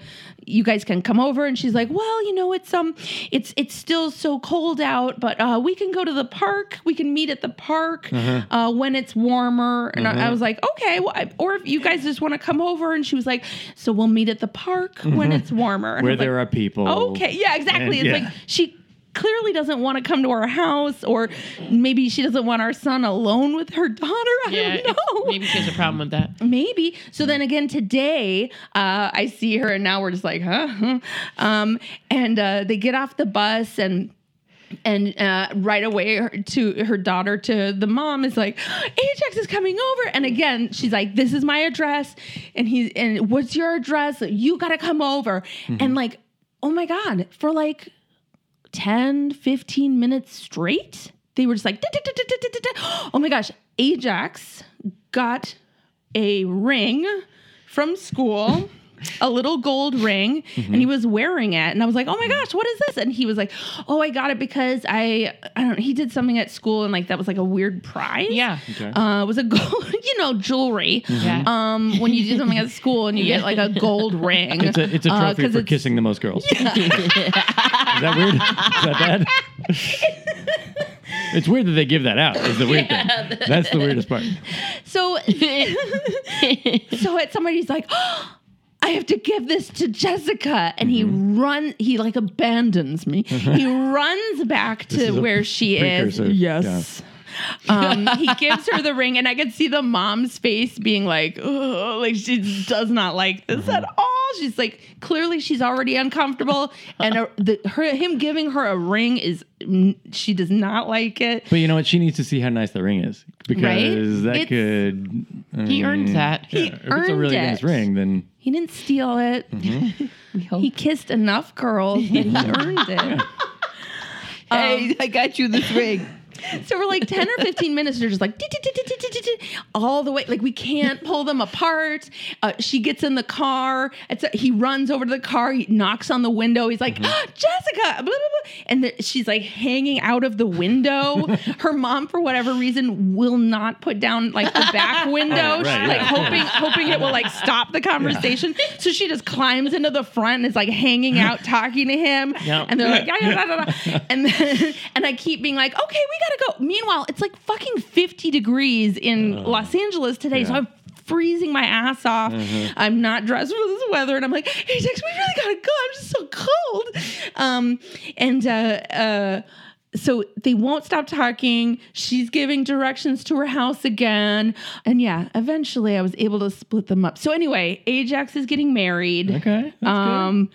S2: You guys can come over, and she's like, well, you know, it's um, it's it's still so cold out, but uh, we can go to the park. We can meet at the park
S1: Mm-hmm.
S2: uh, when it's warmer. And I, I was like, okay, well, I, or if you guys just want to come over, and she was like, so we'll meet at the park when it's warmer.
S1: Mm-hmm.
S2: And I
S1: Where
S2: was like,
S1: there are people.
S2: Okay. Yeah, exactly.
S1: And-
S2: it's
S1: yeah.
S2: like she clearly doesn't want to come to our house, or maybe she doesn't want our son alone with her daughter. I
S3: yeah,
S2: don't know.
S3: it's- Maybe she has a problem with that.
S2: Maybe. So then again today, uh, I see her, and now we're just like, huh? hmm. Um, and uh, they get off the bus and. And uh, right away, her, to her daughter, to the mom is like, Ajax is coming over, and again she's like, "This is my address," and he's and what's your address? You gotta come over, and like, oh my god, for like 10, 15 minutes straight, they were just like, "Da, da, da, da, da, da, da." oh my gosh, Ajax got a ring from school. A little gold ring, and
S1: Mm-hmm.
S2: he was wearing it, and I was like, "Oh my gosh, what is this?" And he was like, "Oh, I got it because I, I don't. know, He did something at school, and like that was like a weird prize.
S3: Yeah.
S1: Okay.
S2: uh, it was a gold, you know, jewelry.
S1: Mm.
S3: Yeah.
S2: Um, when you do something at school and you get like a gold ring,
S1: It's a, it's a
S2: uh,
S1: trophy
S2: 'cause
S1: for
S2: it's-
S1: kissing the most girls. Is that weird? Is that bad? it's weird that they give that out. Is the weird thing. That's the weirdest part.
S2: So,
S1: Mm-hmm.
S2: so at somebody's like, oh, I have to give this to Jessica, and
S1: Mm-hmm.
S2: he run, he like abandons me. He runs back
S1: is
S2: to
S1: a
S2: where she is.
S1: precursor.
S2: Yes. Um, he gives her the
S1: Mm-hmm.
S2: ring, and I could see the mom's face being like, "Ugh," like she does not like this at all. She's like, clearly she's already uncomfortable, and uh the, her him giving her a ring is mm, she does not like it.
S1: But you know what? She needs to see how nice the ring is because
S2: Right?
S1: that
S2: It's-
S1: could. I
S3: He earned
S1: mean,
S3: that.
S1: yeah,
S2: He
S1: if it's a
S2: earned
S1: really
S2: it.
S1: nice ring, then
S2: He didn't steal it. he kissed enough girls that he earned it.
S4: Hey, I got you this ring.
S2: So we're like 10 or 15 minutes, and they're just like "Dit, dit, dit, dit, dit, dit, dit," all the way. Like, we can't pull them apart. Uh, she gets in the car. It's a- he runs over to the car. He knocks on the window. He's
S1: Mm-hmm.
S2: like, "Ah, Jessica, blah, blah, blah. And the, she's like hanging out of the window. Her mom, for whatever reason, will not put down like the back window,
S1: Oh, right,
S2: She's, like
S1: yeah.
S2: hoping, hoping it will like stop the conversation. So she just climbs into the front and is like hanging out, talking to him.
S1: Yeah.
S2: And they're like, "Yeah, yeah, da, da, da." and then, and I keep being like, okay, we gotta go. Meanwhile, it's like fucking 50 degrees in Los Angeles today,
S1: Oh.
S2: so
S1: yeah. Mm-hmm.
S2: I'm freezing my ass off. I'm not dressed for this weather, and I'm like, hey, Dex, we really gotta go. I'm just so cold. Um, and uh, uh, so they won't stop talking. She's giving directions to her house again, and yeah, eventually I was able to split them up. So anyway, Ajax is getting married.
S1: okay. That's
S2: Um,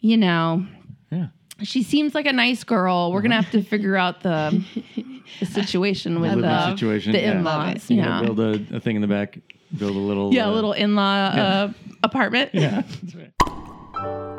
S2: you know,
S1: good. Yeah.
S2: she seems like a nice girl. We're gonna have to figure out the, the situation with uh,
S1: Live in
S2: the,
S1: situation.
S2: the
S1: yeah.
S2: in-laws.
S1: You
S2: Yeah,
S1: gotta build a, a thing in the back. Build a little.
S2: yeah,
S1: uh,
S2: a little in-law Uh, apartment.
S1: Yeah. That's right.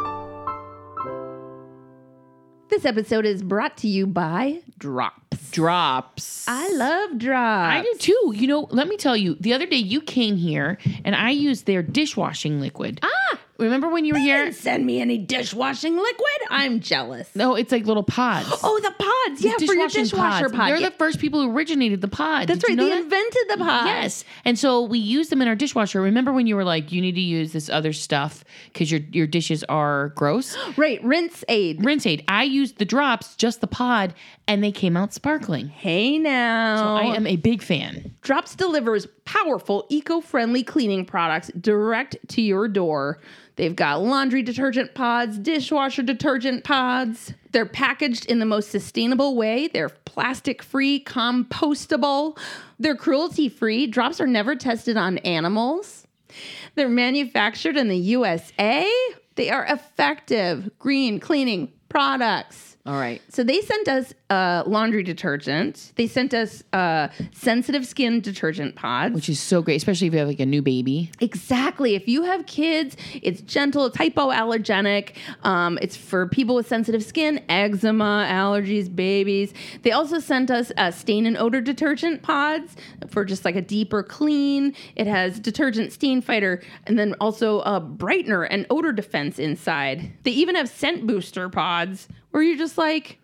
S2: This episode is brought to you by Drops.
S3: Drops.
S2: I love Drops.
S3: I do too. You know, let me tell you, the other day you came here and I used their dishwashing liquid. Ah! Remember when you were here?
S2: Didn't send me any dishwashing liquid. I'm jealous.
S3: No, Oh, it's like little pods.
S2: Oh, the pods. Yeah, for your
S3: Dishwashing
S2: dishwasher
S3: pods.
S2: pod.
S3: They're
S2: Yeah.
S3: the first people who originated the pod.
S2: That's
S3: Did you
S2: right.
S3: know
S2: They
S3: that?
S2: invented the uh, pod.
S3: Yes. And so we use them in our dishwasher. Remember when you were like, you need to use this other stuff because your your dishes are gross?
S2: Right. Rinse aid.
S3: Rinse aid. I used the drops, just the pod, and they came out sparkling.
S2: Hey now.
S3: I am a big fan.
S2: Drops delivers powerful, eco friendly cleaning products direct to your door. They've got laundry detergent pods, dishwasher detergent pods. They're packaged in the most sustainable way. They're plastic free, compostable. They're cruelty free. Drops are never tested on animals. They're manufactured in the USA. They are effective green cleaning products.
S3: All right.
S2: So they sent us uh, laundry detergent. They sent us uh, sensitive skin detergent pods.
S3: Which is so great, especially if you have like a new baby.
S2: exactly. If you have kids, it's gentle. It's hypoallergenic. Um, it's for people with sensitive skin, eczema, allergies, babies. They also sent us uh, stain and odor detergent pods for just like a deeper clean. It has detergent stain fighter and then also a brightener and odor defense inside. They even have scent booster pods where you're just like.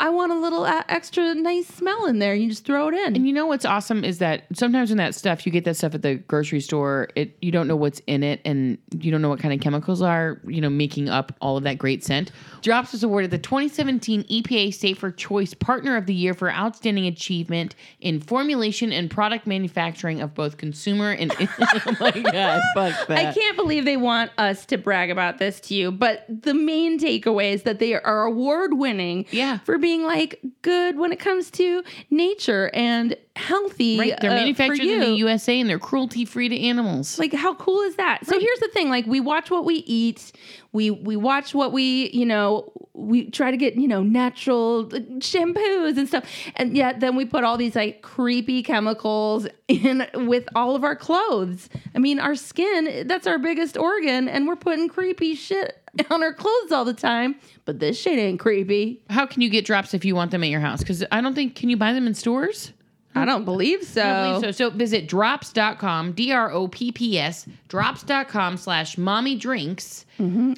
S2: I want a little uh, extra nice smell in there. You just throw it in.
S3: And you know what's awesome is that sometimes in that stuff you get that stuff at the grocery store, it you don't know what's in it and you don't know what kind of chemicals are, you know, making up all of that great scent. Drops was awarded the 2017 EPA Safer Choice Partner of the Year for outstanding achievement in formulation and product manufacturing of both consumer and Oh my god, fuck that.
S2: I can't believe they want us to brag about this to you, but the main takeaway is that they are award winning
S3: Yeah.
S2: for being like good when it comes to nature and healthy.
S3: Right, they're
S2: uh, for
S3: manufactured in the
S2: you.
S3: USA and they're cruelty free to animals.
S2: Like how cool is that? So here's the thing, like we watch what we eat, we we watch what we, you know, we try to get, you know, natural uh, shampoos and stuff. And yet then we put all these like creepy chemicals in with all of our clothes. I mean, our skin, that's our biggest organ and we're putting creepy shit on our clothes all the time, but this shit ain't creepy.
S3: How can you get drops if you want them at your house? Because I don't think can you buy them in stores?
S2: I don't believe so.
S3: I believe so. So visit drops.com, D R O P P S, drops.com slash mommy drinks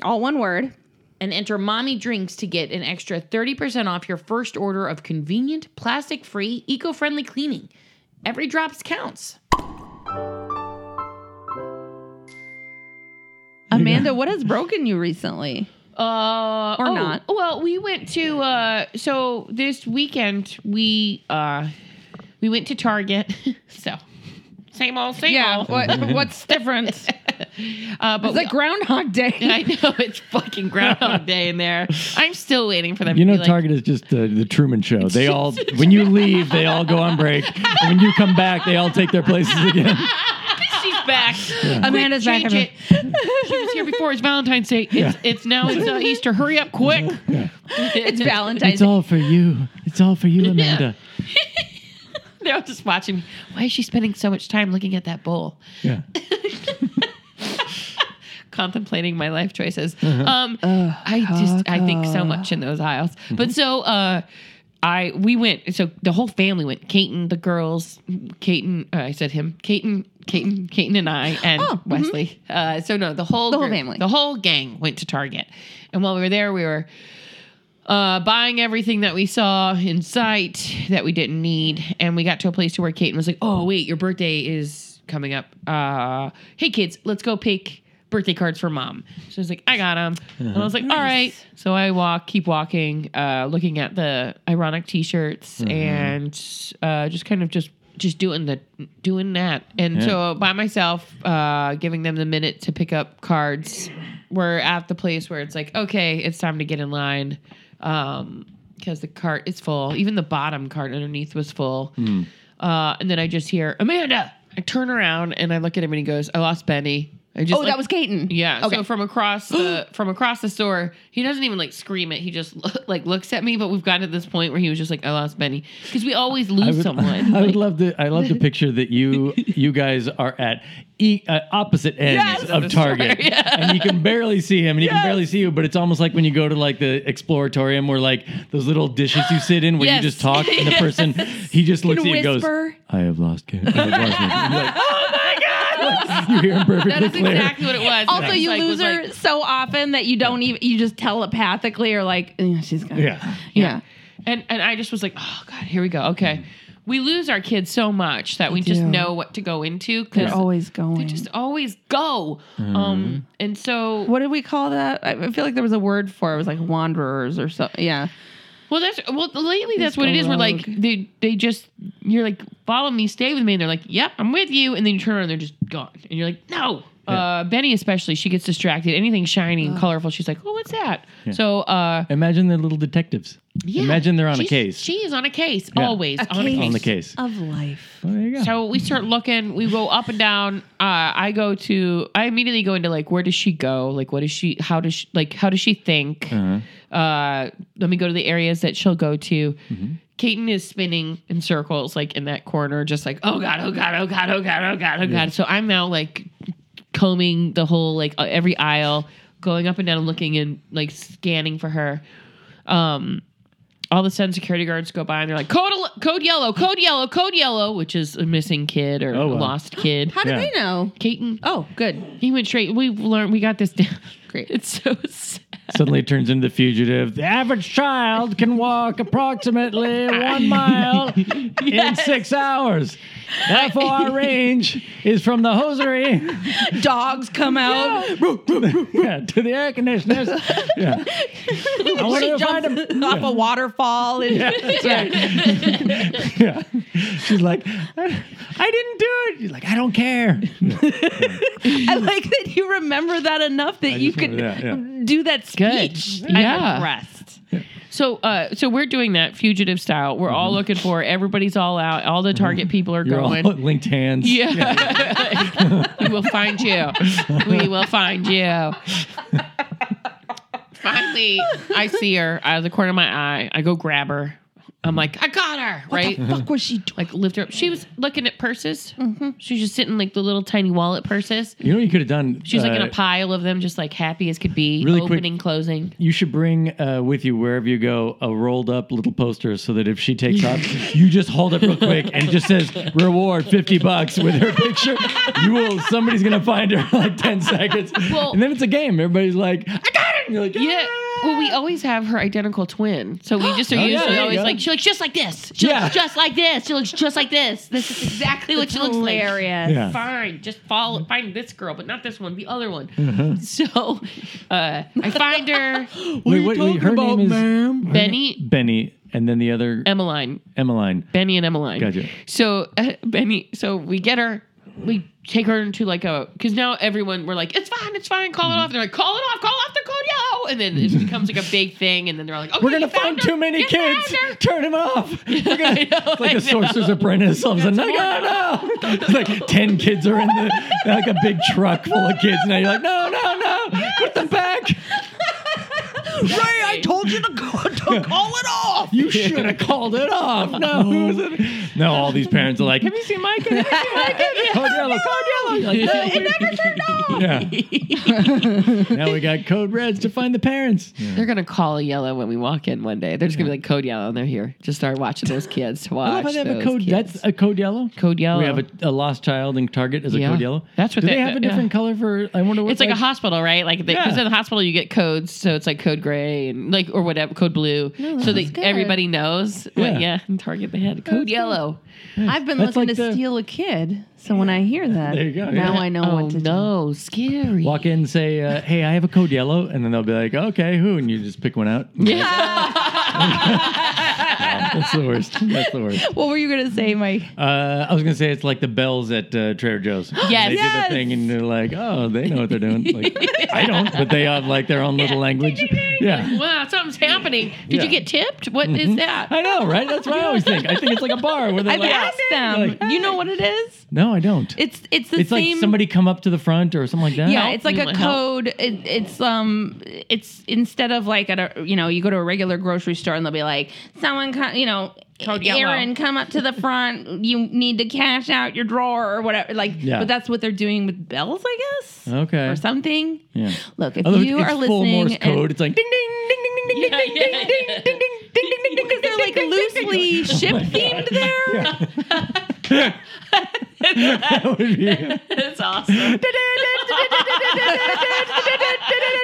S2: All one word.
S3: and enter mommy drinks to get an extra 30% off your first order of convenient, plastic free, eco friendly cleaning. Every drops counts.
S2: Amanda, what has broken you recently?
S3: Uh,
S2: Or
S3: oh,
S2: not.
S3: Well, we went to uh, so this weekend we uh, we went to Target. so same old, same old.
S2: what, what's different?
S3: Uh, but
S2: It's like Groundhog Day.
S3: I know it's fucking Groundhog Day in there. I'm still waiting for them.
S1: You
S3: to
S1: know,
S3: be like,
S1: Target is just the, the Truman Show. They all, when you leave, they all go on break. And when you come back, they all take their places again.
S3: She's back.
S2: Amanda's
S3: Quick,
S2: back,
S3: change it. she was here before. It's Valentine's Day. It's, it's now. It's uh, Easter. Hurry up, quick.
S2: It's Valentine's.
S1: It's all for you. It's all for you, Amanda.
S3: They're all just watching. me. Why is she spending so much time looking at that bowl?
S1: Yeah.
S3: contemplating my life choices.
S1: Uh-huh.
S3: Um,
S1: Uh,
S3: I just I think so much in those aisles.
S1: Mm-hmm.
S3: But so uh, I we went. So the whole family went. Caton, the girls, Caton. Uh, I said him. Caton, Caton, Caton, and I, and
S2: Oh,
S1: mm-hmm.
S2: mhm.
S3: Wesley. Uh, so no, the whole
S2: The whole
S3: group-
S2: family.
S3: the whole gang went to Target. And while we were there, we were uh, buying everything that we saw in sight that we didn't need. And we got to a place to where Kate was like, oh, wait, your birthday is coming up. Uh, hey, kids, let's go pick birthday cards for mom. So I was like, I got them. And I was like, all right. So I walk, keep walking, uh, looking at the ironic t-shirts and uh, just kind of just just doing the doing that and so by myself uh giving them the minute to pick up cards we're at the place where it's like okay it's time to get in line um because the cart is full even the bottom cart underneath was full
S1: Hmm.
S3: uh and then i just hear amanda i turn around and i look at him and he goes i lost benny i just
S2: Oh,
S3: like-
S2: that was Caton.
S3: yeah.
S2: Okay.
S3: So from across the from across the store, he doesn't even like scream it. He just like looks at me. But we've gotten to this point where he was just like, "I lost Benny," because we always lose
S1: I would,
S3: someone.
S1: I would love to. I love to picture that you you guys are at e, uh, opposite ends
S3: Yes!
S1: of Target, and you can barely see him, and he can barely see you. But it's almost like when you go to like the Exploratorium, where like those little dishes you sit in, where
S3: Yes.
S1: you just talk, and the person he just looks at you and goes,
S2: whisper.
S1: "I have lost Ken." I have lost Ken." You're like, oh my god! you hear him perfectly
S3: that is
S1: clear.
S3: exactly what it was.
S2: Also,
S3: It was
S2: you
S3: like-
S2: lose
S3: was
S2: her
S3: like-
S2: so often that you don't even you just telepathically are like "Eh, she's gonna
S1: Yeah.
S2: yeah.
S3: and and I just was like, "Oh God, here we go." Okay,
S1: Mm-hmm.
S3: we lose our kids so much that we just
S2: do.
S3: know what to go into
S2: They're
S3: because
S2: always going.
S3: they just always go.
S1: Mm-hmm.
S3: Um, and so
S2: what did we call that? I I feel like there was a word for it. It was like wanderers or something. Yeah.
S3: Well, that's well. Lately, that's
S2: go
S3: what it is. We're like
S2: rogue.
S3: they they just you're like follow me, stay with me, and they're like, yep, I'm with you, and then you turn around, and they're just gone, and you're like, no. Uh, Benny especially, she gets distracted. Anything shiny and colorful, she's like, oh, what's that? So uh,
S1: Imagine they're little detectives.
S3: yeah,
S1: Imagine they're on a
S3: She's-
S1: case.
S3: She is on a case
S1: Yeah.
S3: always
S2: A case.
S3: on a case.
S1: on the case.
S2: Of life.
S1: Well, there you go.
S3: So we start looking. We go up and down. Uh, I go to. I immediately go into like, where does she go? Like, what does she? How does she? Like, how does she think?
S1: Uh-huh.
S3: uh, let me go to the areas that she'll go to.
S1: Mm-hmm.
S3: Kaiten is spinning in circles, like in that corner, just like, oh God, oh God, oh God, oh God, oh God, oh God. So I'm now like combing the whole, like uh, every aisle, going up and down, looking and like scanning for her. Um, all of a sudden, security guards go by and they're like, code, al- code yellow, code yellow, code yellow, which is a missing kid or
S1: Oh,
S3: a
S1: wow.
S3: lost kid.
S2: How do
S1: Yeah.
S2: they know?
S3: Kaiten,
S2: Oh, good.
S3: he went straight. We learned, we got this down.
S2: Great.
S3: It's so sad.
S1: Suddenly it turns into the fugitive. The average child can walk approximately one mile in six hours. Therefore, our range is from the hosiery
S2: Dogs come out.
S1: yeah, to the air conditioners. Yeah. I wonder
S2: She
S1: if I
S2: jumps
S1: can-
S2: off a waterfall and
S1: Yeah, that's right. yeah. She's like, I, I didn't do it. She's like, I don't care.
S2: I like that you remember that enough that you
S1: just
S2: could
S1: remember that,
S2: do that
S3: Good.
S2: speech.
S3: Yeah.
S2: I'm impressed.
S3: So, uh, so we're doing that fugitive style. We're all looking for. Everybody's all out. All the target people are
S1: Mm-hmm. You're all
S3: going.
S1: linked hands.
S3: yeah, we will find you. We will find you. Finally, I see her out of the corner of my eye. I go grab her. I'm like, I got her. Right.
S2: Fuck was she doing?
S3: Like lift her up. She was looking at purses. She was just sitting like the little tiny wallet purses.
S1: You know what you could have done?
S3: She was like in
S1: Uh,
S3: a pile of them, just like happy as could be,
S1: Really quick-
S3: opening, closing.
S1: You should bring uh, with you wherever you go a rolled up little poster so that if she takes off, you just hold it real quick and it just says reward fifty bucks with her picture. You will somebody's gonna find her in like ten seconds.
S3: Well-
S1: and then it's a game. Everybody's like, I got it. And you're like, "Ah!"
S3: Yeah. Well, we always have her identical twin, so we just are
S1: Oh, yeah,
S3: usually
S1: there you
S3: always
S1: go.
S3: like she looks just like this. She
S1: Yeah.
S3: looks just like this. She looks just like this. This is exactly what she looks
S2: Hilarious.
S1: Yeah.
S3: like. Fine, just follow, find this girl, but not this one, the other one.
S1: Mm-hmm.
S3: So uh, I find her,
S1: Wait, wait, wait. Her name is
S3: Benny,
S1: Benny, and then the other
S3: Emmeline,
S1: Emmeline.
S3: Benny and Emmeline.
S1: Gotcha.
S3: So uh, Benny, so we get her. we take her into like a because now everyone we're like it's fine it's fine call
S1: Mm-hmm.
S3: it off they're like call it off call off the code yellow and then it becomes like a big thing and then they're like okay,
S1: We're gonna
S3: you found
S1: find
S3: her.
S1: too many
S3: You found
S1: kids.
S3: her."
S1: Turn him off. We're gonna,
S3: I know,
S1: it's like
S3: I
S1: a Sorcerer's Apprentice. All of a sudden, no,
S3: That's
S1: no, no. It's like ten kids are in the like a big truck full of kids. Now you're like, no, no, no, put them back.
S4: Ray, I told you to, go, to call it off.
S1: You should have called it off. No, who's it? No, all these parents are like, have you seen my kid? Have you seen my kid? Code yellow, code yellow. You're Like,
S2: it never turned off.
S1: yeah. now we got code reds to find the parents.
S3: They're gonna call a yellow when we walk in one day. They're just gonna be like code yellow, and they're here. Just start watching those kids. Watch
S1: How about they have
S3: those
S1: a code?
S3: kids.
S1: That's uh, a code yellow.
S3: code yellow.
S1: We have a, a lost child in Target as a
S3: Yeah.
S1: code yellow.
S3: That's what
S1: Do they,
S3: they-
S1: have a
S3: yeah.
S1: different color for. I wonder what
S3: It's like, a hospital, right? Like because
S1: Yeah.
S3: in the hospital you get codes, so it's like code gray and like or whatever, code blue, so that
S2: good. Oh,
S3: everybody knows. Yeah,
S1: Yeah.
S3: what, yeah. In Target they had code yellow.
S2: I've been
S1: That's
S2: looking
S1: like
S2: to
S1: the-
S2: steal a kid, so when I hear that,
S1: There you go,
S2: now
S1: yeah.
S2: I know
S3: oh
S2: what to do.
S3: no, scary.
S1: Walk in and say, uh, "Hey, I have a code yellow," and then they'll be like, "Okay, who?" And you just pick one out. That's the worst. That's the worst.
S2: What were you gonna say, Mike?
S1: Uh, I was gonna say it's like the bells at uh, Trader Joe's.
S3: Yes.
S1: they
S2: Yes.
S1: do the thing, and they're like, "Oh, they know what they're doing." Like, I don't, but they have like their own little language. Yeah,
S3: Wow, something's happening. Did
S1: Yeah. Mm-hmm.
S3: you get tipped? What is that?
S1: I know, right? That's what I always think. I think it's like a bar where they're
S2: I've
S1: like,
S2: asked them.
S1: like,
S2: You know what it is?
S1: "No, I don't."
S2: It's it's the
S1: it's
S2: same.
S1: like somebody come up to the front or something like that.
S2: yeah,
S3: help.
S2: it's like
S3: You
S2: a
S3: want help?
S2: code. It, it's um, it's instead of like at a you know you go to a regular grocery store and they'll be like someone co- you know
S3: Code yellow.
S2: Aaron come up to the front. You need to cash out your drawer or whatever. Like,
S1: Yeah.
S2: but that's what they're doing with bells, I guess,
S1: Okay.
S2: or something.
S1: Yeah.
S2: Look, if
S1: Although
S2: you
S1: it's
S2: are
S1: full
S2: listening,
S1: Morse
S2: and-
S1: code. It's like ding ding ding ding ding ding
S3: Yeah,
S1: ding
S3: yeah,
S1: ding ding
S3: yeah.
S1: ding ding ding ding ding
S2: because they're like
S3: Oh
S2: loosely ship themed there.
S1: that would be
S3: That's awesome.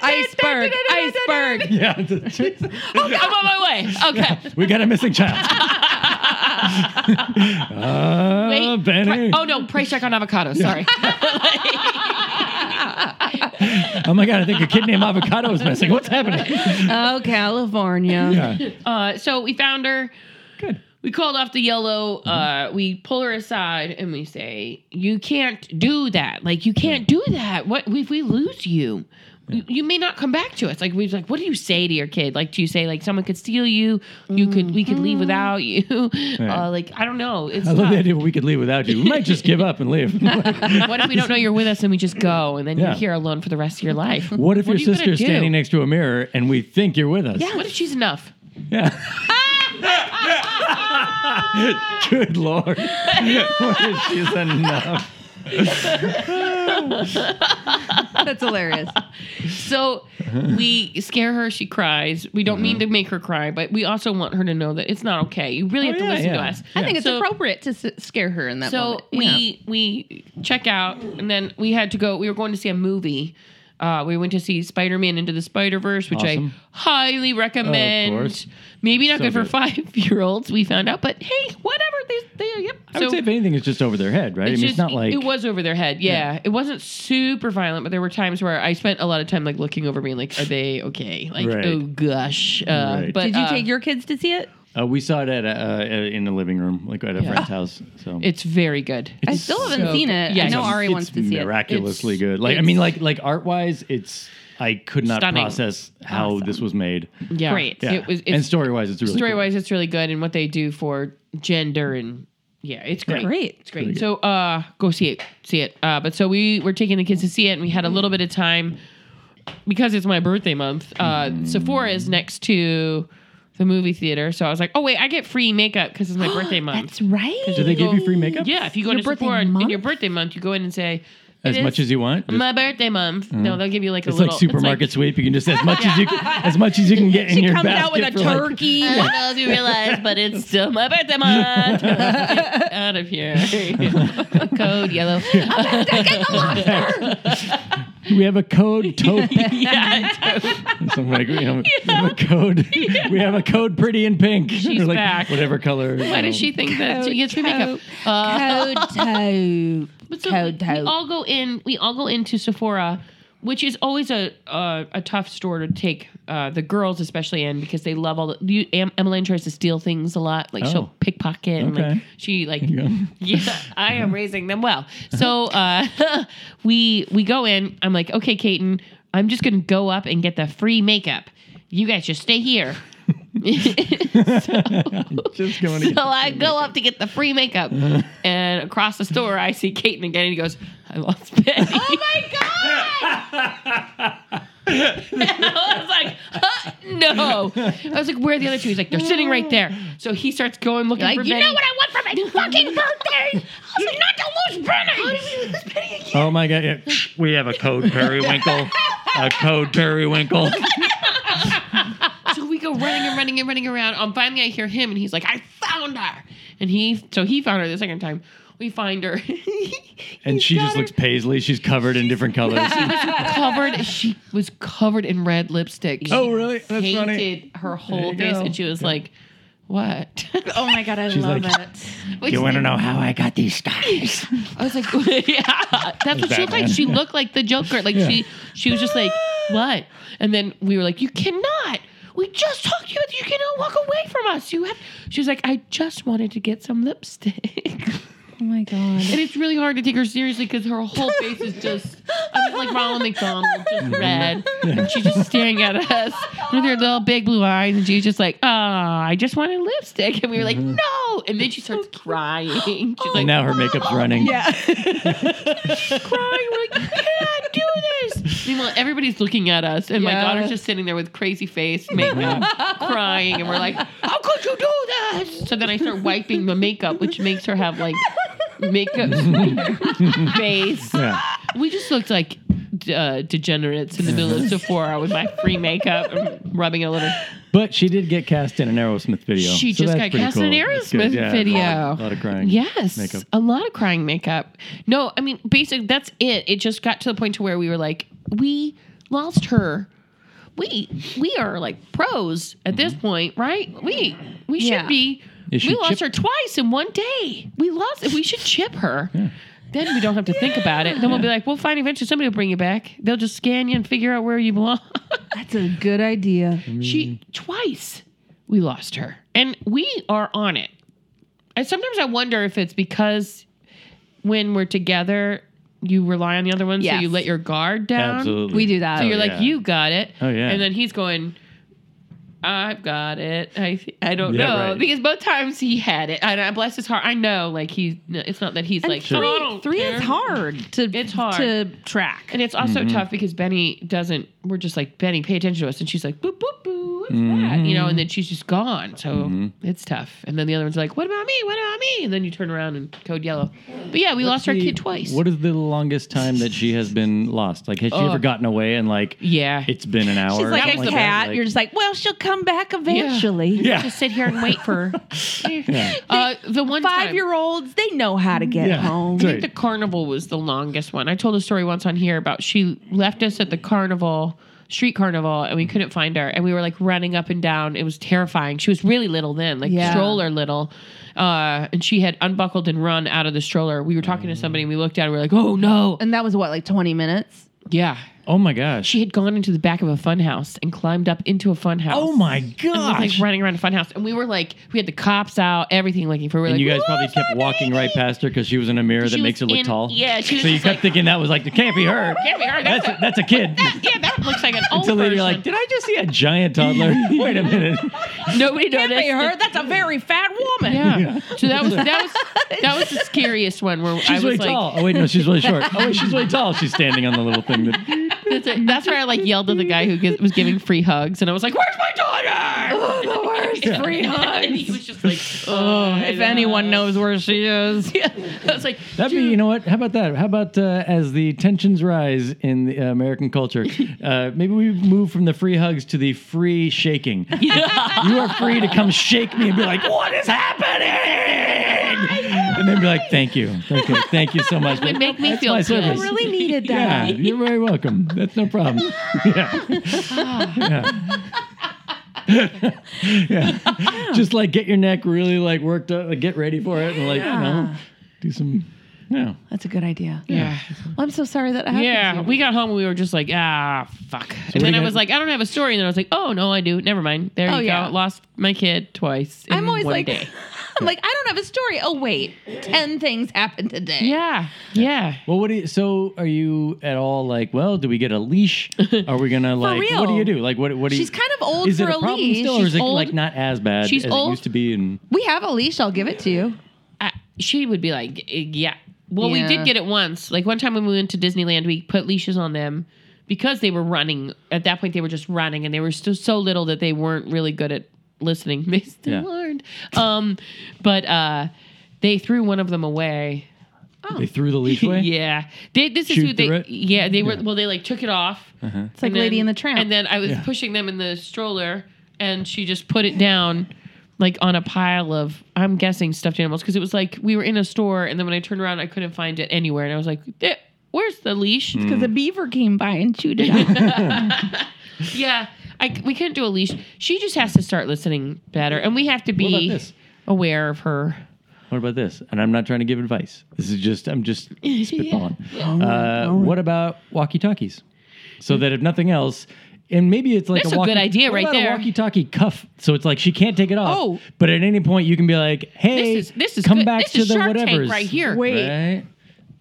S2: Iceberg, iceberg.
S1: yeah. it's a-
S3: I'm on my way. Okay.
S1: we got a missing child. uh,
S3: Wait,
S1: Benny.
S3: pri- oh no, price check on avocado. Sorry.
S1: Oh my god, I think a kid named Avocado is missing. What's happening?
S2: Oh, California.
S1: Yeah.
S3: Uh, so we found her. Good. We called off the yellow. Uh,
S1: Mm-hmm.
S3: we pull her aside and we say, "You can't do that. Like you can't do that. What if we lose you? You- You may not come back to us. Like we was like, what do you say to your kid? Like, do you say like someone could steal you? You could we could leave without you. Uh, like I don't know. It's
S1: Mm-hmm. I love
S3: tough.
S1: the idea of we could leave without you. We might just give up and leave.
S3: what if we don't know you're with us and we just go and then
S1: Yeah.
S3: you're here alone for the rest of your life?
S1: what if
S3: What
S1: your
S3: are you gonna
S1: sister's
S3: do?
S1: standing next to a mirror and we think you're with us?
S3: Yeah. What if she's enough?
S1: Yeah. Good lord. what if she's enough?
S2: That's hilarious.
S3: So we scare her. She cries. We don't mean to make her cry, but we also want her to know that it's not okay. You really have to
S1: yeah,
S3: listen to
S1: Oh, yeah.
S3: us.
S2: I think it's
S3: So-
S2: appropriate to s- scare her in that
S3: So
S2: moment.
S3: we
S2: Yeah.
S3: we check out, and then we had to go. We were going to see a movie. Uh, we went to see Spider Man Into the Spider Verse, which
S1: Awesome. Oh,
S3: I highly recommend.
S1: course.
S3: Maybe not
S1: So
S3: good for
S1: good.
S3: five year olds. We found out, but hey, whatever. They, they yep.
S1: I would say if anything, it's just over their head, right? I mean, it's not like
S3: it was over their head. Yeah. it wasn't super violent, but there were times where I spent a lot of time like looking over me and like, are they okay? Like,
S1: Right.
S3: oh gosh. Uh,
S1: Right.
S3: But
S2: Did you
S3: uh,
S2: take your kids to see it?
S1: uh, we saw it at uh, uh, in the living room, like at a friend's house. So
S3: It's very good.
S2: I still haven't
S3: so
S2: seen
S3: good.
S2: it.
S3: Yeah,
S2: I know
S3: it's-
S2: Ari wants to see it.
S1: miraculously
S3: It's-
S1: good. Like I
S3: it's-
S1: mean, like like art wise, it's I could not
S3: Stunning.
S1: process how this was made.
S3: yeah,
S2: Great.
S1: Yeah.
S3: It was. It's,
S1: and story wise, it's really
S3: story wise, it's really good, and what they do for gender and yeah, it's great.
S2: Great.
S3: It's great. So uh, go see it, see it. Uh, but so we were taking the kids to see it, and we had a little bit of time because it's my birthday month. Uh,
S1: Mm.
S3: Sephora is next to the movie theater, so I was like, oh wait, I get free makeup because it's my birthday month.
S2: That's right.
S1: Did they give you free makeup?
S3: Yeah, if you go
S2: Your
S3: to
S2: birthday
S3: Sephora in- in
S2: month?
S3: your birthday month, you go in and say
S1: as
S3: "It
S1: much
S3: is
S1: as you want. Just- Mm.
S3: my birthday month. No, they'll give you like a
S1: it's
S3: little
S1: like supermarket sweep. You can just as much as you can, as much as you can get in
S2: She
S1: your
S2: comes
S1: basket.
S2: out with a
S1: for, like-
S2: turkey.
S3: I don't know if you realize, but it's still my birthday month. Get out of here. Code yellow.
S1: we have a code taupe.
S3: yeah,
S1: Something like you know, we have a code. We have a code pretty in pink.
S3: She's
S1: Or like
S3: back.
S1: Whatever color.
S3: why does she think that she gets free makeup? Uh,
S2: Code
S3: but so
S2: Code
S3: we
S2: taupe.
S3: all go in. We all go into Sephora which is always a a, a tough store to take uh, the girls especially in because they love all the. You, em, Emmeline tries to steal things a lot. Like
S1: Oh.
S3: she'll pickpocket. And,
S1: Okay.
S3: like, she like
S1: Yeah.
S3: yeah, I am raising them well. So uh, we we go in. I'm like, okay, Kaiten, I'm just gonna go up and get the free makeup. You guys just stay here.
S1: Just going to
S3: So
S1: get the
S3: I go up to get the free makeup, and across the store I see Kaiten again, and he goes, "I lost Betty." Oh my god! and I was like, huh? "No!" I was like, "Where are the other two? He's like, "They're sitting right there." So he starts going looking
S2: Like,
S3: for
S2: you
S3: Betty.
S2: know what I want for my fucking birthday? Also, not to lose Brennan.
S1: Oh my god! yeah. We have a code periwinkle. a code periwinkle.
S3: So we go running and running and running around. Um, finally, I hear him, and he's like, "I found her!" And he, so he found her the second time. We find her,
S1: And she just looks paisley. She's covered in different colors.
S3: covered. She was covered in red lipstick. She
S1: oh really? That's
S3: painted
S1: funny.
S3: her whole
S1: you
S3: face,
S1: go.
S3: and she was like, "What?"
S2: Oh my god, I
S1: She's
S2: love
S1: like-
S2: it.
S3: Which-
S1: You want to know how I got these stars?
S3: I was like, "Yeah, that's what she looked
S1: Batman.
S3: like." She looked like the Joker. Like she, she was just like, "What?" And then we were like, "You cannot." We just talked to you. You cannot walk away from us. You have. She was like, "I just wanted to get some lipstick."
S2: Oh my god.
S3: And it's really hard to take her seriously because her whole face is just I mean, like Ronald McDonald, just red. And she's just staring at us with her little big blue eyes. And she's just like, oh, I just wanted lipstick. And we were like, no. And then she starts crying. She's like, oh,
S1: And now her makeup's running.
S2: Oh, Yeah.
S3: crying. We're like, you can't do this. Meanwhile, everybody's looking at us. And my
S2: Yeah.
S3: daughter's just sitting there with crazy face, makeup, crying. And we're like, how could you do this? So then I start wiping the makeup, which makes her have like makeup face.
S1: Yeah.
S3: We just looked like uh, degenerates in the middle of Sephora with my free makeup and rubbing it all over.
S1: But she did get cast in an Aerosmith video.
S3: She
S1: so
S3: just
S1: that's
S3: got
S1: pretty
S3: cast in an
S1: cool. That's good.
S3: Aerosmith
S1: Yeah,
S3: video.
S1: A lot, a lot of crying.
S3: Yes,
S1: Makeup.
S3: a lot of crying makeup. No, I mean, basically, that's it. It just got to the point to where we were like, we lost her. We we are like pros at this point, right? We we should
S2: Yeah.
S3: be.
S1: You
S3: we
S1: Mm-hmm. should
S3: lost
S1: chip-
S3: her twice in one day. We lost. We should chip her. Then we don't have to think about it. Then we'll be like, well, fine. Eventually, somebody will bring you back. They'll just scan you and figure out where you belong.
S2: That's a good idea.
S3: She
S1: Mm.
S3: twice we lost her, and we are on it. And sometimes I wonder if it's because when we're together, you rely on the other one, so
S2: Yes.
S3: you let your guard down.
S1: Absolutely. Oh,
S2: We do that.
S3: So you're like,
S1: yeah.
S3: you got it.
S1: Oh, yeah.
S3: And then he's going, I've got it. I th- I don't
S1: Yeah,
S3: know
S1: right.
S3: because both times he had it. And I bless his heart. I know, like he. no, It's not that he's
S2: And
S3: like
S2: three,
S3: "Oh, I don't
S2: three
S3: care."
S2: is hard to
S3: It's hard.
S2: to track.
S3: And it's also tough because Benny doesn't. We're just like Benny, pay attention to us, and she's like, boop boop boop, what's that? You know, and then she's just gone. So it's tough. And then the other one's like, what about me? What about me? And then you turn around and code yellow. But yeah, we lost our
S1: The-
S3: kid twice.
S1: What is the longest time that she has been lost? Like, has she ever gotten away and like
S3: yeah,
S1: it's been an hour?
S2: She's
S1: or
S2: like
S1: something
S2: a
S1: that?
S2: cat.
S1: Like-
S2: you're just like, well, she'll come back eventually.
S1: yeah.
S3: just sit here and wait for. uh, the one
S2: Five
S3: time-
S2: year olds, they know how to get
S1: Yeah.
S2: home.
S1: That's
S3: I
S1: right.
S3: think the carnival was the longest one. I told a story once on here about she left us at the carnival, street carnival, and we couldn't find her. And we were like running up and down. It was terrifying. She was really little then, like
S2: Yeah.
S3: stroller little. Uh, and she had unbuckled and run out of the stroller. We were talking to somebody and we looked down and we were like, oh no.
S2: And that was what, like 20 minutes?
S3: Yeah.
S1: Oh my gosh.
S3: She had gone into the back of a fun house and climbed up into a fun house.
S1: oh my
S3: And was,
S1: gosh.
S3: like running around a fun house. And we were like, we had the cops out, everything looking for her. We were
S1: and
S3: like,
S1: you guys
S3: "Whoa,
S1: probably
S3: it's my
S1: kept walking right
S3: baby!"
S1: past her because she was in a mirror that
S3: She
S1: makes her
S3: was
S1: look
S3: in-
S1: tall.
S3: Yeah, she was
S1: So you
S3: just
S1: kept
S3: like,
S1: thinking that was like, it can't be her.
S3: can't be her.
S1: That's
S3: That's
S1: a, that's a kid.
S3: yeah, that looks like an old
S1: Until later,
S3: version.
S1: you're like, did I just see a giant toddler? Wait a minute.
S3: Nobody noticed.
S2: They heard that's a very fat woman.
S3: Yeah.
S1: Yeah.
S3: So that was that was that was the scariest one where I
S1: She's
S3: was
S1: really
S3: like,
S1: tall. Oh wait, no, she's really short. Oh wait, she's really tall. She's standing on the little thing that
S3: that's, it. that's where I like yelled at the guy who gi- was giving free hugs, and I was like, "Where's my daughter?"
S2: Oh, The worst free
S3: And he
S2: hugs.
S3: was just like, "Oh,
S2: If anyone knows where she is,
S3: Yeah. I was like,
S1: That'd be, you know what? How about that? How about uh, as the tensions rise in the, uh, American culture, uh, maybe we move from the free hugs to the free shaking. you are free to come shake me and be like, "What is happening?" and then be like, "Thank you, thank you, thank you so much."
S3: would make me
S1: That's
S3: feel
S1: my
S3: good.
S1: service.
S2: I really needed
S1: yeah,
S2: that.
S1: you're very welcome. That's no problem. Yeah. yeah. yeah. Just like get your neck really like worked up, like get ready for it and like, you know, do some Yeah.
S2: That's a good idea.
S3: Yeah.
S2: Well, I'm so sorry that happened. to
S3: Yeah.
S2: you.
S3: We got home and we were just like, ah, fuck.
S1: do
S3: and then
S1: you
S3: I
S1: got-
S3: was like, I don't have a story. And then I was like, oh, no, I do. Never mind. There
S2: Oh,
S3: you
S2: yeah.
S3: go. Lost my kid twice. In
S2: I'm always
S3: one
S2: like,
S3: day.
S2: I'm like, I don't have a story. Oh wait, ten things happened today.
S3: yeah. Yeah.
S1: Well, what do you, so are you at all like, well, do we get a leash? Are we going to like, what do
S2: real.
S1: you do? Like, what, what do you,
S2: She's kind of old
S1: is
S2: for
S1: it
S2: a,
S1: a, problem
S2: leash.
S1: still or is
S3: She's
S1: it
S3: old.
S1: like not as bad
S3: She's
S1: as
S3: old.
S1: it used to be? And
S2: we have a leash. I'll give it to you.
S3: I, she would be like, eh, yeah. Well,
S2: Yeah.
S3: we did get it once. Like one time when we went to Disneyland, we put leashes on them because they were running. At that point, they were just running, and they were still so little that they weren't really good at listening. They still
S1: Yeah.
S3: learned. Um, but uh, they threw one of them away.
S2: Oh.
S1: they threw the leash away?
S3: yeah, they, this is
S1: Shoot
S3: who they.
S1: through it? Uh-huh.
S3: Yeah, they were. Well, they like took it off.
S2: It's like
S3: And
S2: Lady
S3: then-
S2: in the Tramp.
S3: And then I was
S1: Yeah.
S3: pushing them in the stroller, and she just put it down, like on a pile of, I'm guessing, stuffed animals. Because it was like we were in a store, and then when I turned around, I couldn't find it anywhere. And I was like, "Eh, where's the leash?
S1: Mm.
S2: because a beaver came by and chewed it up.
S3: yeah, I, we couldn't do a leash. She just has to start listening better, and we have to
S1: What about
S3: be
S1: this?
S3: aware of her.
S1: What about this? And I'm not trying to give advice. This is just I'm just spitballing. Uh, What about walkie talkies? So that if nothing else, and maybe it's like
S3: That's
S1: a,
S3: a
S1: walkie,
S3: good idea
S1: what
S3: right
S1: about
S3: there.
S1: A walkie-talkie cuff. So it's like she can't take it off.
S3: Oh.
S1: but at any point you can be like, "Hey,
S3: This is- this is
S1: come
S3: good.
S1: back
S3: This
S1: to
S3: is
S1: the
S3: Shark Tank
S1: whatevers
S3: right here.
S2: Wait.
S1: Right?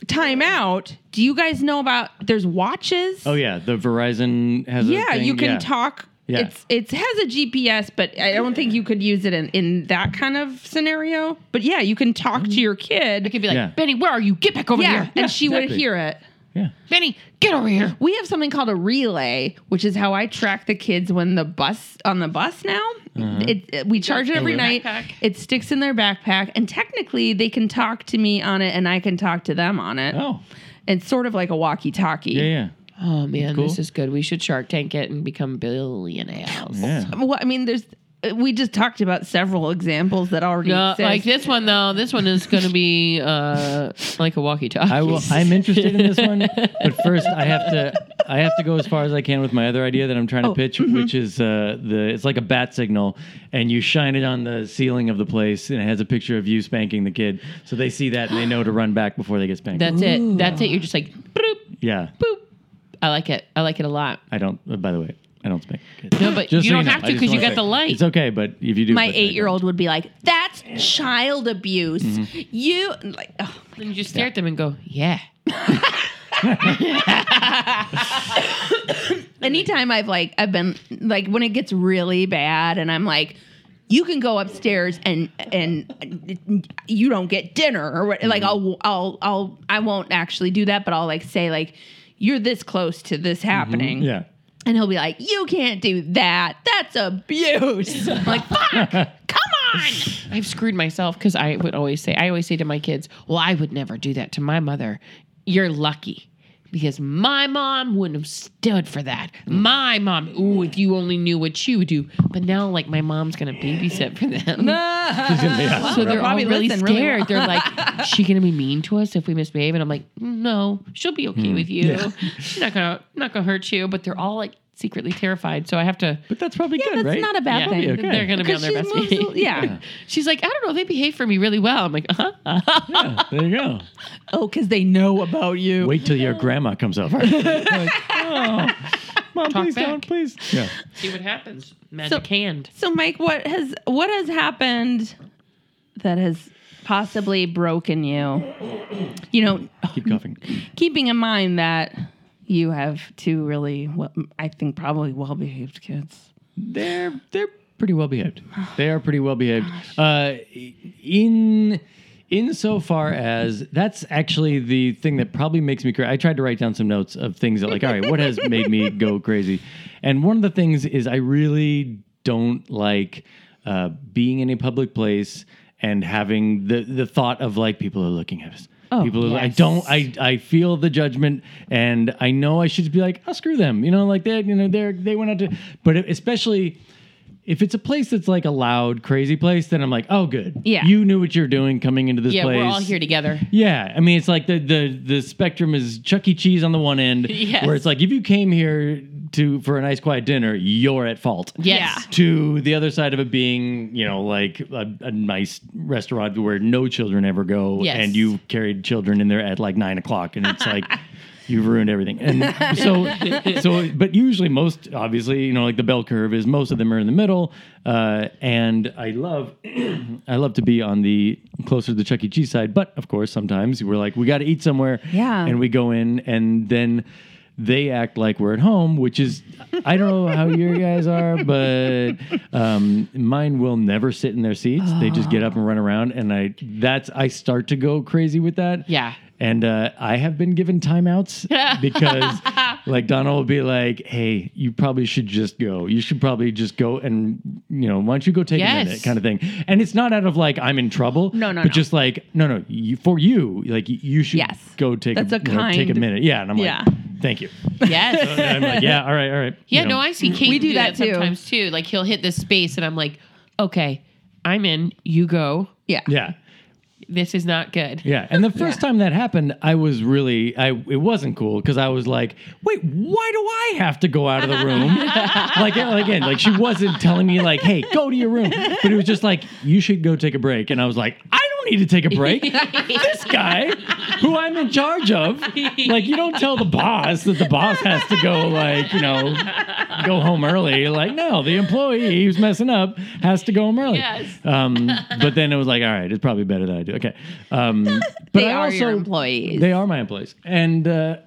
S2: Time out. Do you guys know about? There's watches.
S1: Oh yeah, the Verizon has. a
S2: Yeah,
S1: thing.
S2: you can
S1: Yeah.
S2: talk.
S1: Yeah.
S2: It's it's has a GPS, but I don't think you could use it in, in that kind of scenario. But yeah, you can talk to your kid.
S3: I could be like,
S1: Yeah.
S3: Benny, where are you? Get back over
S2: yeah,
S3: here,
S2: and she would
S1: exactly.
S2: hear it.
S1: Yeah.
S3: Benny, get over here.
S2: We have something called a relay, which is how I track the kids when the bus on the bus now.
S1: Uh-huh.
S2: It, it- we charge it every
S3: their
S2: night.
S3: backpack.
S2: It sticks in their backpack, and technically they can talk to me on it, and I can talk to them on it.
S1: Oh
S2: It's sort of like a walkie-talkie.
S1: yeah yeah.
S3: Oh man,
S1: Cool.
S3: this is good. We should Shark Tank it and become billionaires.
S1: Yeah.
S2: Well, I mean, there's we just talked about several examples that already
S3: No,
S2: exist.
S3: like this one though. This one is going to be uh, like a walkie-talkie.
S1: I will. I'm interested in this one, but first I have to. I have to go as far as I can with my other idea that I'm
S3: Oh,
S1: trying to pitch,
S3: mm-hmm.
S1: which is uh, the. It's like a bat signal, and you shine it on the ceiling of the place, and it has a picture of you spanking the kid, so they see that and they know to run back before they get spanked.
S3: That's it. That's it. You're just like boop,
S1: yeah,
S3: boop. I like it. I like it a lot.
S1: I don't. uh, by the way, I don't spank kids.
S3: No, but
S1: Just
S3: you
S1: so
S3: don't
S1: know,
S3: have
S1: I
S3: to
S1: just
S3: because you
S1: wanna
S3: got
S1: say,
S3: the light.
S1: It's okay, but if you do, but
S2: my
S1: I don't.
S2: eight-year-old would be like, "That's child abuse."
S1: Mm-hmm.
S2: You like, oh,
S3: And you just stare at them and go, yeah.
S2: anytime I've like I've been like when it gets really bad and I'm like you can go upstairs and and you don't get dinner or what
S1: Mm-hmm.
S2: like I'll I'll I'll I won't actually do that but I'll like say like you're this close to this happening
S1: Mm-hmm. Yeah.
S2: and he'll be like you can't do that that's abuse I'm like fuck come on
S3: I've screwed myself because I would always say, I always say to my kids, well, I would never do that to my mother. You're lucky because my mom wouldn't have stood for that. My mom, ooh, if you only knew what she would do. But now, like, my mom's going to babysit for them.
S1: Yeah.
S3: So they're
S2: probably
S3: all really
S2: listen really
S3: scared. they're like, "Is she gonna be mean to us if we misbehave?" And I'm like, "No, she'll be okay with you. She's not gonna not gonna hurt you." But they're all like secretly terrified. So I have to.
S1: But that's probably good,
S2: that's
S1: right?
S2: not a bad
S3: yeah,
S2: thing
S1: okay.
S3: They're gonna be
S2: because
S3: on their
S2: she
S3: best
S2: moves
S3: behavior.
S2: yeah
S3: She's like, "I don't know. They behave for me really well." I'm like, "Uh huh."
S1: Yeah, there you go.
S2: oh because they know about you
S1: Wait till your grandma comes over. Like, oh, Mom, please
S3: back.
S1: don't, please. Yeah.
S3: See what happens. Magic hand.
S2: So, Mike, what has what has happened that has possibly broken you? You know,
S1: Keep coughing.
S2: keeping in mind that you have two really, well, I think, probably well-behaved kids.
S1: They're they're pretty well behaved. They are pretty well behaved. Uh, in insofar as that's actually the thing that probably makes me crazy. I tried to write down some notes of things that like, all right, what has made me go crazy? And one of the things is I really don't like uh, being in a public place and having the the thought of like people are looking at us. people are, I don't I I feel the judgment and I know I should be like, oh screw them. You know, like they you know they're they went out to but e, especially If it's a place that's like a loud, crazy place, then I'm like, oh, good.
S2: Yeah.
S1: You knew what you're doing coming into this
S3: Yeah,
S1: place.
S3: we're all here together.
S1: Yeah, I mean it's like the the the spectrum is Chuck E. Cheese on the one end,
S3: Yes.
S1: where it's like if you came here to for a nice quiet dinner, you're at fault.
S3: Yes.
S1: To the other side of it being, you know, like a, a nice restaurant where no children ever go,
S3: Yes.
S1: and you carried children in there at like nine o'clock, and it's like. You've ruined everything, and so so. But usually, most obviously, you know, like the bell curve is most of them are in the middle, uh, and I love I love to be on the closer to the Chuck E. Cheese side, but of course, sometimes we're like, we got to eat somewhere.
S2: Yeah.
S1: And we go in, and then they act like we're at home, which is, I don't know how your guys are, but um, mine will never sit in their seats. They just get up and run around, and I that's I start to go crazy with that.
S3: Yeah.
S1: And uh, I have been given timeouts because, like, Donald will be like, "Hey, you probably should just go. You should probably just go and you know, why don't you go take a
S3: Yes.
S1: minute?" Kind of thing. And it's not out of like I'm in trouble.
S2: No, no,
S1: But
S2: no.
S1: just like no, no, you, for you, like y- you should
S2: Yes.
S1: go take
S2: That's a
S1: you know, take a
S2: kind-
S1: minute. Yeah. And I'm
S2: Yeah.
S1: like, thank you.
S3: Yes.
S1: And I'm like, yeah, all right, all right.
S3: Yeah,
S1: You
S3: no,
S1: know.
S3: I see Kate
S2: We do that too.
S3: sometimes too. Like he'll hit this space and I'm like, okay, I'm in, you go.
S2: Yeah.
S1: Yeah.
S3: This is not good.
S1: Yeah, and the first time that happened, I was really I it wasn't cool because I was like, wait, why do I have to go out of the room? like again, like she wasn't telling me like, hey, go to your room, but it was just like you should go take a break, and I was like, I don't need to take a break. this guy, who I'm in charge of, like you don't tell the boss that the boss has to go like you know go home early. Like no, the employee who's messing up has to go home early.
S3: Yes.
S1: Um, but then it was like, all right, it's probably better that I do. Okay. Um, but
S2: They
S1: I
S2: are
S1: also,
S2: your employees.
S1: They are my employees, and uh,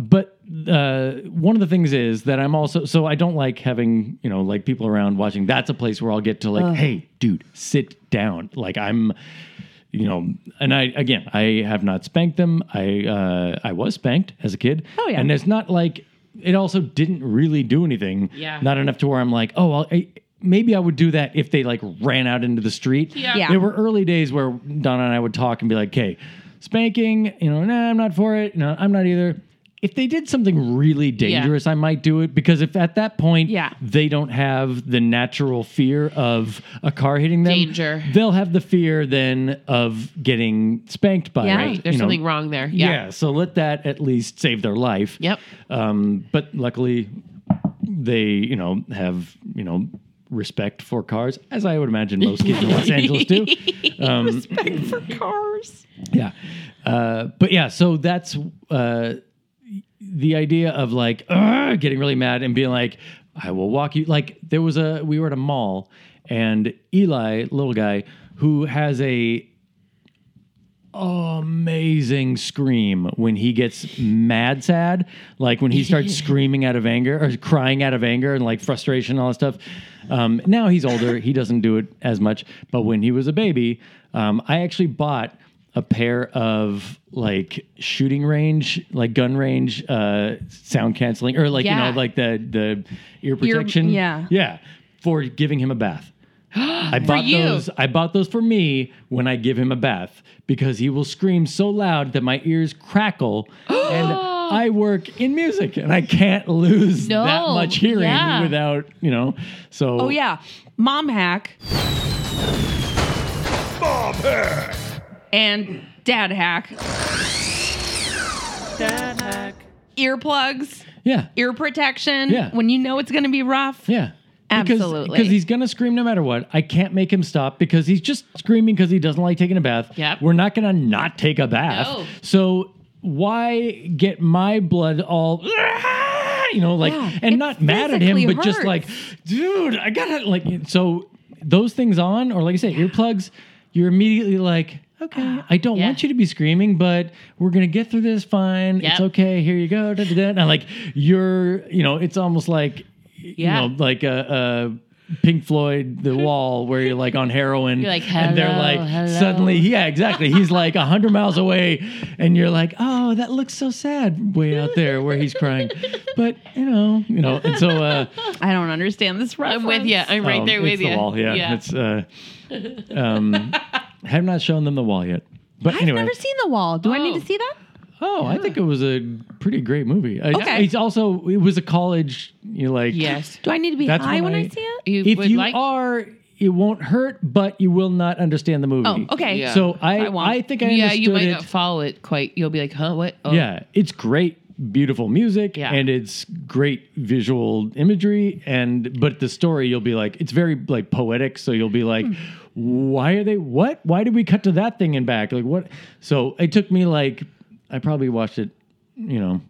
S1: but uh, one of the things is that I'm also so I don't like having you know like people around watching. That's a place where I'll get to like, hey, dude, sit down. Like I'm. You know, and I again, I have not spanked them. I uh, I was spanked as a kid.
S2: Oh, yeah.
S1: and it's not like it also didn't really do anything.
S3: Yeah.
S1: not enough to where I'm like, oh, I'll, I, maybe I would do that if they like ran out into the street.
S3: Yeah.
S2: Yeah.
S1: There were early days where Donna and I would talk and be like, okay, spanking, you know, nah, I'm not for it. No, I'm not either. If they did something really dangerous, I might do it because if at that point
S2: Yeah.
S1: they don't have the natural fear of a car hitting them,
S3: Danger.
S1: they'll have the fear then of getting spanked by
S2: Yeah.
S1: it.
S3: There's
S1: you know.
S3: something wrong there.
S1: Yeah.
S3: Yeah.
S1: so let that at least save their life.
S3: Yep.
S1: Um, but luckily, they you know have you know respect for cars, as I would imagine most kids in Los Angeles do. Um,
S2: Respect for cars.
S1: yeah, uh, but yeah, so that's uh, the idea of like "Ugh," getting really mad and being like, "I will walk you." Like there was a we were at a mall, and Eli, little guy, who has a amazing scream when he gets mad sad like when he starts screaming out of anger or crying out of anger and like frustration and all that stuff um, now he's older he doesn't do it as much but when he was a baby um, i actually bought a pair of like shooting range like gun range uh, sound canceling or like
S3: Yeah.
S1: you know like the the ear protection
S2: yeah.
S1: yeah for giving him a bath I bought
S3: you.
S1: those. I bought those for me when I give him a bath because he will scream so loud that my ears crackle, and I work in music and I can't lose
S3: No,
S1: that much hearing
S3: yeah.
S1: without you know. So
S2: Oh yeah, mom hack. Mom hack. And dad hack. Dad hack. Earplugs,
S1: yeah,
S2: ear protection.
S1: Yeah.
S2: When you know it's going to be rough.
S1: yeah. Because-
S2: Absolutely.
S1: Because he's going to scream no matter what. I can't make him stop because he's just screaming because he doesn't like taking a bath.
S3: Yep.
S1: We're not going to not take a bath.
S3: No.
S1: So why get my blood all, you know, like,
S2: Yeah,
S1: and
S2: it
S1: not mad at him,
S2: physically
S1: but just
S2: hurts.
S1: like, dude, I got to, like, so those things on, or like I say, earplugs, you're immediately like,
S2: Ah,
S1: okay, I don't
S3: Yeah.
S1: want you to be screaming, but we're going to get through this fine. It's
S3: Yep.
S1: okay. Here you go. Da, da, da. And I'm like, you're, you know, it's almost like,
S3: Yeah.
S1: you know, like a, a Pink Floyd, The Wall, where you're like on heroin,
S3: You're like,
S1: and they're
S3: "Hello,
S1: like
S3: hello."
S1: suddenly, yeah, exactly. He's like hundred miles away, and you're like, oh, that looks so sad way out there where he's crying, but you know, you know, and so uh,
S2: I don't understand this reference.
S3: I'm with you. I'm right
S1: um,
S3: there with
S1: it's
S3: you.
S1: The wall, yeah, it's uh, um, have not shown them the wall yet, but
S2: I've
S1: anyway,
S2: never seen the wall. Do I need
S3: Oh.
S2: to see that?
S1: Oh, I think it was a pretty great movie. I-
S2: Okay.
S1: It's also it was a college. You know, like
S3: Yes.
S2: Do I need to be
S1: That's
S2: high
S1: when
S2: when I,
S1: I-
S2: see it?
S3: You
S1: If
S3: would
S1: you
S3: like
S1: are, it won't hurt, but you will not understand the movie.
S2: Oh, okay.
S3: Yeah.
S1: So I,
S2: I won't.
S1: I, think I understood
S3: Yeah, you might
S1: it.
S3: not follow it quite. You'll be like, huh, what? Oh.
S1: Yeah, it's great, beautiful music,
S3: Yeah.
S1: and it's great visual imagery. And but the story, you'll be like, it's very like poetic. So you'll be like, why are they? What? Why did we cut to that thing and back? Like what? So it took me like, I probably watched it, you know,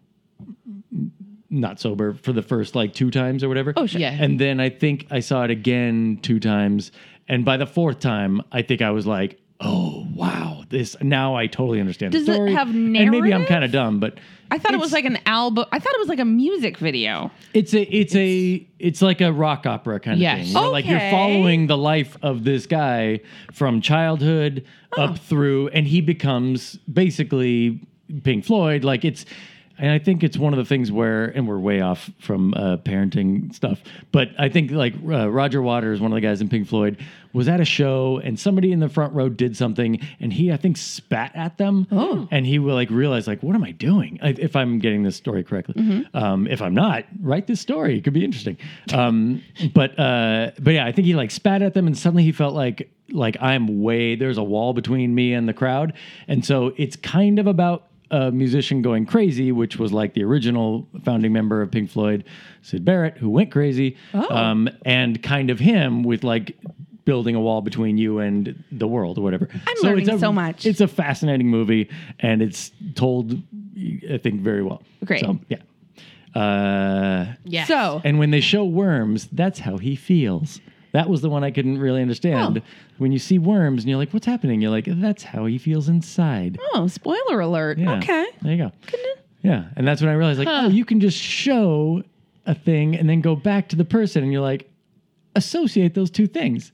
S1: not sober for the first like two times or whatever.
S2: Oh, sure.
S3: Yeah.
S1: And then I think I saw it again two times, and by the fourth time, I think I was like. Oh wow! This now I totally understand.
S2: Does
S1: the
S2: it
S1: story.
S2: have
S1: And maybe I'm
S2: narrative?
S1: kind of dumb, but
S2: I thought it was like an album. I thought it was like a music video.
S1: it's a it's, a it's like a rock opera kind of
S3: Yes.
S1: thing. where, Like you're
S2: Okay.
S1: following the life of this guy from childhood up through, and he becomes basically Pink Floyd. Like it's. And I think it's one of the things where, and we're way off from uh, parenting stuff, but I think like uh, Roger Waters, one of the guys in Pink Floyd, was at a show and somebody in the front row did something, and he I think spat at them, oh. and he will like realize like what am I doing? I, if I'm getting this story correctly,
S2: Mm-hmm.
S1: um, if I'm not, write this story. It could be interesting. Um, but uh, but yeah, I think he like spat at them, and suddenly he felt like like I'm way there's a wall between me and the crowd, and so it's kind of about a musician going crazy, which was like the original founding member of Pink Floyd, Sid Barrett, who went crazy,
S2: Oh.
S1: um, and kind of him with like building a wall between you and the world or whatever. I'm
S2: learning so much.
S1: It's a fascinating movie, and it's told, I think, very well.
S2: Great.
S1: So, yeah. Uh,
S3: Yes.
S2: So
S1: and when they show worms, that's how he feels. That was the one I couldn't really understand. When you see worms and you're like, what's happening? You're like, that's how he feels inside.
S2: oh, spoiler alert.
S1: Yeah.
S2: Okay.
S1: There you go. Yeah. And that's when I realized, like, oh, you can just show a thing and then go back to the person and you're like, associate those two things.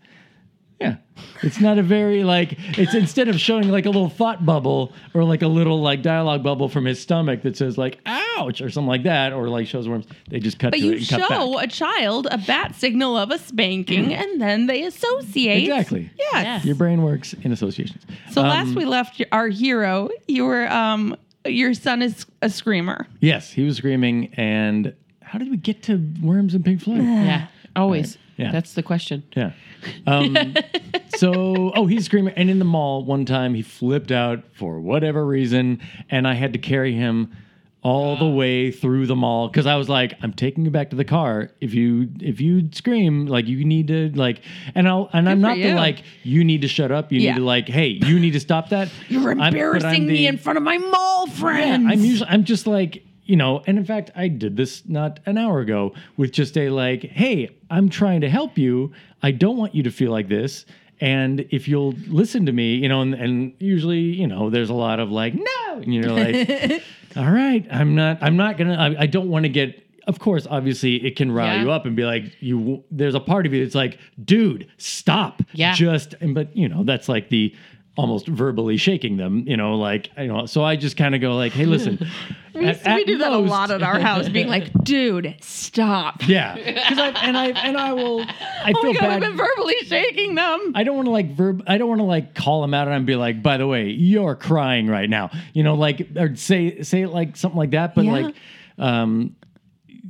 S1: Yeah. It's not a very like it's instead of showing like a little thought bubble or like a little like dialogue bubble from his stomach that says like ouch or something like that or like shows worms. They just cut
S2: But
S1: to
S2: you
S1: it and cut back.
S2: show a child a bat signal of a spanking, and then they associate.
S1: Exactly.
S2: Yes.
S3: Mm. Yes.
S1: Your brain works in associations.
S2: So
S1: Um,
S2: last we left your- our hero, you were um your son is a screamer.
S1: Yes, he was screaming and how did we get to worms and Pink
S2: Oh,
S1: Floyd?
S3: Yeah. Always.
S1: Right. Yeah.
S3: That's the question.
S1: Yeah. Um, so, oh, he's screaming. And in the mall, one time he flipped out for whatever reason, and I had to carry him all
S2: Ah.
S1: the way through the mall because I was like, "I'm taking you back to the car. If you if you scream, like you need to like." And I'll and I'm
S2: for
S1: not the
S2: you.
S1: like you need to shut up. You
S2: Yeah.
S1: need to like, hey, you need to stop that.
S2: You're
S1: I'm- but I'm
S2: embarrassing me
S1: the-
S2: in front of my mall friends.
S1: yeah, I'm usually I'm just like you know, and in fact, I did this not an hour ago with just a like, hey, I'm trying to help you. I don't want you to feel like this. And if you'll listen to me, you know, and, and usually, you know, there's a lot of like, no, and you're like, all right, I'm not, I'm not gonna, I, I don't want to get. Of course, obviously, it can rile
S3: Yeah.
S1: you up and be like, you. There's a part of you that's like, dude, stop.
S3: Yeah.
S1: Just, and but you know, that's like the almost verbally shaking them, you know, like, you know, so I just kind of go like, hey, listen.
S2: we, used to- we do that a lot at our house, being like, "Dude, stop."
S1: Yeah. Because I, and I, and I will, I
S2: Oh
S1: feel
S2: my god,
S1: bad.
S2: I've been verbally shaking
S3: Hmm.
S2: them.
S1: I don't want to like verb. I don't want to like call him out and be like, by the way, you're crying right now. You know, like or say say it like something like that, but
S2: Yeah.
S1: like, um,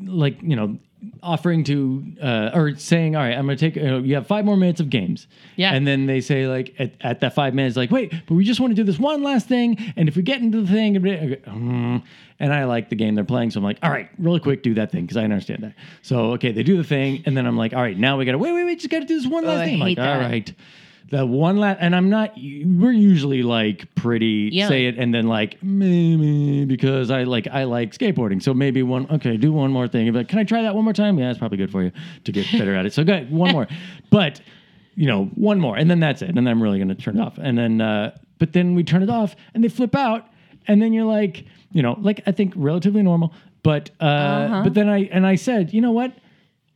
S1: like you know, offering to uh, or saying, all right, I'm gonna take. You, know, you have five more minutes of games.
S3: Yeah.
S1: And then they say like at, at that five minutes, like wait, but we just want to do this one last thing, and if we get into the thing, and we- mm, and I like the game they're playing, so I'm like, all right, really quick, do that thing because I understand that. So okay, they do the thing, and then I'm like, all right, now we gotta wait, wait, wait, just gotta do this one last
S3: Oh, I
S1: thing. I'm like,
S3: hate that.
S1: all right. The one last, and I'm not. We're usually like pretty
S3: Yeah.
S1: say it, and then like maybe because I like I like skateboarding, so maybe one. Okay, do one more thing. But can I try that one more time? Yeah, it's probably good for you to get better at it. So good, one more. But you know, one more, and then that's it. And then I'm really gonna turn it off. And then, uh, but then we turn it off, and they flip out, and then you're like, you know, like I think relatively normal. But uh, but then I and I said, you know what?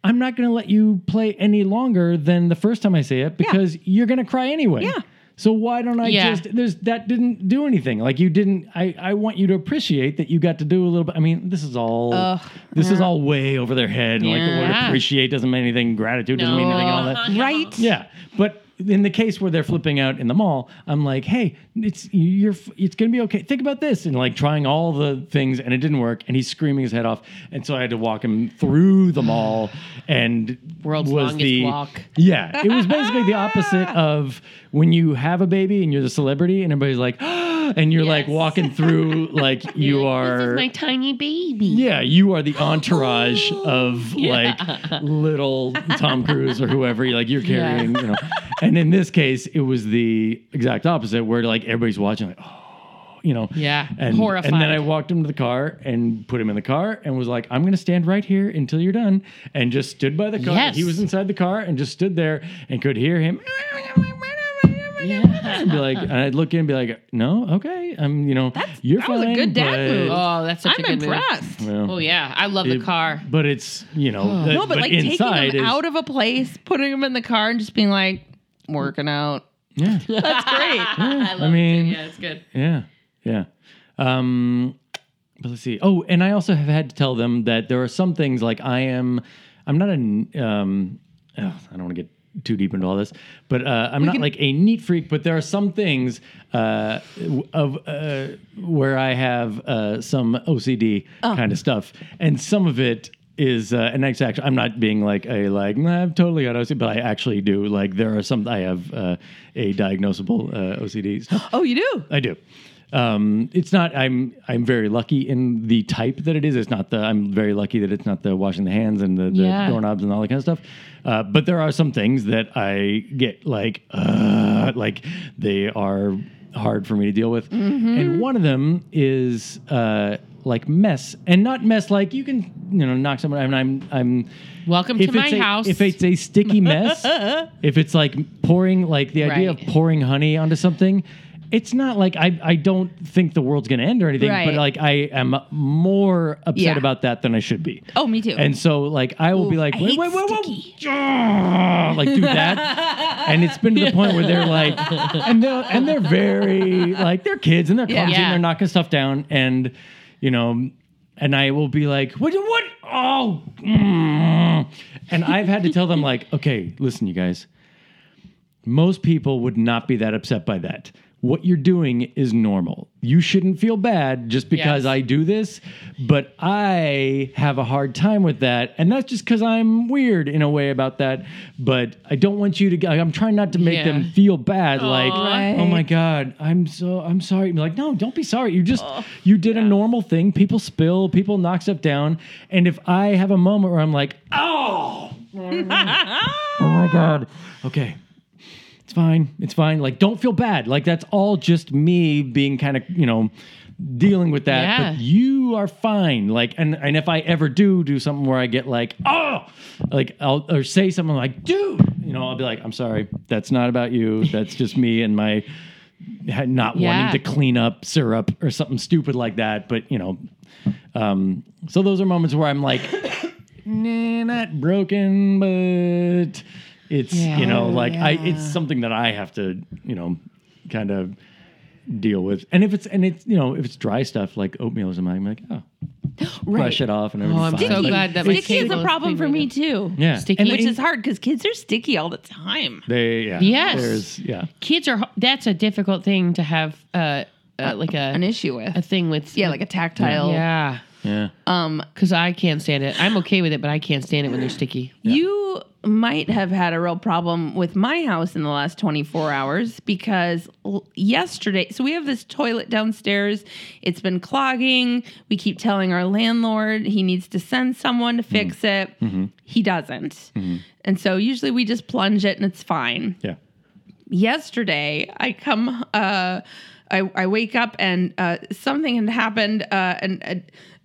S1: I'm not going to let you play any longer than the first time I say it because you're going to cry anyway.
S2: Yeah.
S1: So why don't I
S3: Yeah.
S1: just there's that didn't do anything. Like you didn't I I want you to appreciate that you got to do a little bit I mean this is all this is all way over their head and like the word
S3: Yeah.
S1: appreciate doesn't mean anything gratitude doesn't mean anything and all that.
S2: Right?
S1: Yeah. But in the case where they're flipping out in the mall, I'm like, hey, it's you're it's gonna be okay. Think about this, and like trying all the things, and it didn't work, and he's screaming his head off, and so I had to walk him through the mall, and
S3: World's
S1: was
S3: longest
S1: the,
S3: walk.
S1: Yeah, it was basically the opposite of when you have a baby and you're the celebrity, and everybody's like, and you're like
S3: Yes.
S1: walking through like you are.
S3: This is my tiny baby.
S1: Yeah, you are the entourage of like little Tom Cruise or whoever. Like you're
S3: Yeah.
S1: carrying, you know. And in this case, it was the exact opposite, where like everybody's watching, like oh, you know.
S3: Yeah,
S1: And,
S3: horrified.
S1: And then I walked him to the car and put him in the car and was like, I'm gonna stand right here until you're done, and just stood by the car.
S3: Yes.
S1: He was inside the car and just stood there and could hear him.
S3: Yeah.
S1: And be like, and I'd look in and be like, no, okay, I'm, you know, you're
S2: that
S1: fine.
S2: was a good dad
S1: but-
S2: move.
S3: Oh, that's such
S2: I'm
S3: a good move.
S2: impressed.
S1: Yeah.
S3: Oh yeah, I love the
S1: It-
S3: car.
S1: But it's you know that-
S2: No, but, like
S1: inside
S2: taking him
S1: is,
S2: out of a place, putting him in the car, and just being like, working out.
S1: yeah
S2: That's great.
S1: I love it, too. mean-
S3: yeah,
S1: Yeah,
S3: it's good.
S1: yeah yeah. Um, but let's see. Oh, and I also have had to tell them that there are some things like I am. I'm not a. n- Um, oh, I don't want to get too deep into all this, but uh, I'm not like a neat freak. But there are some things uh, w- of uh, where I have uh, some OCD kind of stuff, and some of it is uh, and it's actually I'm not being like a like nah, I've totally got OCD, but I actually do. Like there are some I have uh, a diagnosable uh, OCD stuff.
S2: Oh, you do?
S1: I do. Um, it's not. I'm. I'm very lucky in the type that it is. It's not the. I'm very lucky that it's not the washing the hands and the, the
S3: Yeah.
S1: doorknobs and all that kind of stuff. Uh, but there are some things that I get like, uh, like they are hard for me to deal with. And one of them is uh, like mess, and not mess like you can you know knock someone. I mean, I'm. I'm.
S3: Welcome
S1: If
S3: to my
S1: it's a-
S3: house.
S1: If it's a sticky mess, if it's like pouring, like the idea
S3: Right.
S1: of pouring honey onto something, it's not like I, I don't think the world's going to end or anything,
S2: Right.
S1: but like I am more upset
S2: Yeah.
S1: about that than I should be.
S2: Oh, me too.
S1: And so, like, I will be
S2: Ooh,
S1: like,
S2: I
S1: wait,
S2: hate
S1: wait, wait, wait, like do that, and it's been to the point where they're like, and they're and they're very like they're kids and they're clumsy
S3: Yeah.
S1: and they're knocking stuff down, and you know, and I will be like, what, what, oh, mm. and I've had to tell them like, okay, listen, you guys, most people would not be that upset by that. What you're doing is normal. You shouldn't feel bad just because
S3: Yes.
S1: I do this, but I have a hard time with that. And that's just because I'm weird in a way about that. But I don't want you to, I'm trying not to make
S3: Yeah.
S1: them feel bad. Like,
S2: Right.
S1: oh my God, I'm so, I'm sorry. Be like, no, don't be sorry. You just, you did a normal thing. People spill, people knock stuff down. And if I have a moment where I'm like, oh, oh my God, okay it's fine. It's fine. Like, don't feel bad. Like, that's all just me being kind of, you know, dealing with that.
S3: Yeah.
S1: But you are fine. Like, and and if I ever do do something where I get like, oh, like I'll or say something like, dude, you know, I'll be like, I'm sorry. That's not about you. That's just me and my ha- not
S3: Yeah.
S1: wanting to clean up syrup or something stupid like that. But you know, um, so those are moments where I'm like, nah, not broken, but it's you know, like I, it's something that I have to, you know, kind of deal with. And if it's and it's you know, if it's dry stuff like oatmeal or something, I'm like, oh, brush it off and everything's
S3: I'm
S1: fine.
S3: so
S1: But
S3: glad that my
S2: sticky
S3: kid
S2: is a
S3: loves
S2: problem
S3: being
S2: for
S3: like
S2: me
S3: that.
S2: too.
S1: yeah,
S3: Sticky.
S1: And
S2: Which
S1: they-
S2: is hard because kids are sticky all the time.
S1: they yeah,
S3: Yes.
S1: there's yeah.
S3: Kids are. That's a difficult thing to have. Uh, uh like a
S2: An issue with.
S3: a thing with.
S2: yeah, like a tactile.
S3: yeah.
S1: Yeah.
S2: Um,
S3: Because I can't stand it. I'm okay with it, but I can't stand it when they're sticky.
S2: You might have had a real problem with my house in the last 24 hours because l- yesterday, so we have this toilet downstairs. It's been clogging. We keep telling our landlord he needs to send someone to fix it. He doesn't. And so usually we just plunge it and it's fine
S1: Yeah.
S2: yesterday i come uh i, I wake up and uh something had happened uh and uh,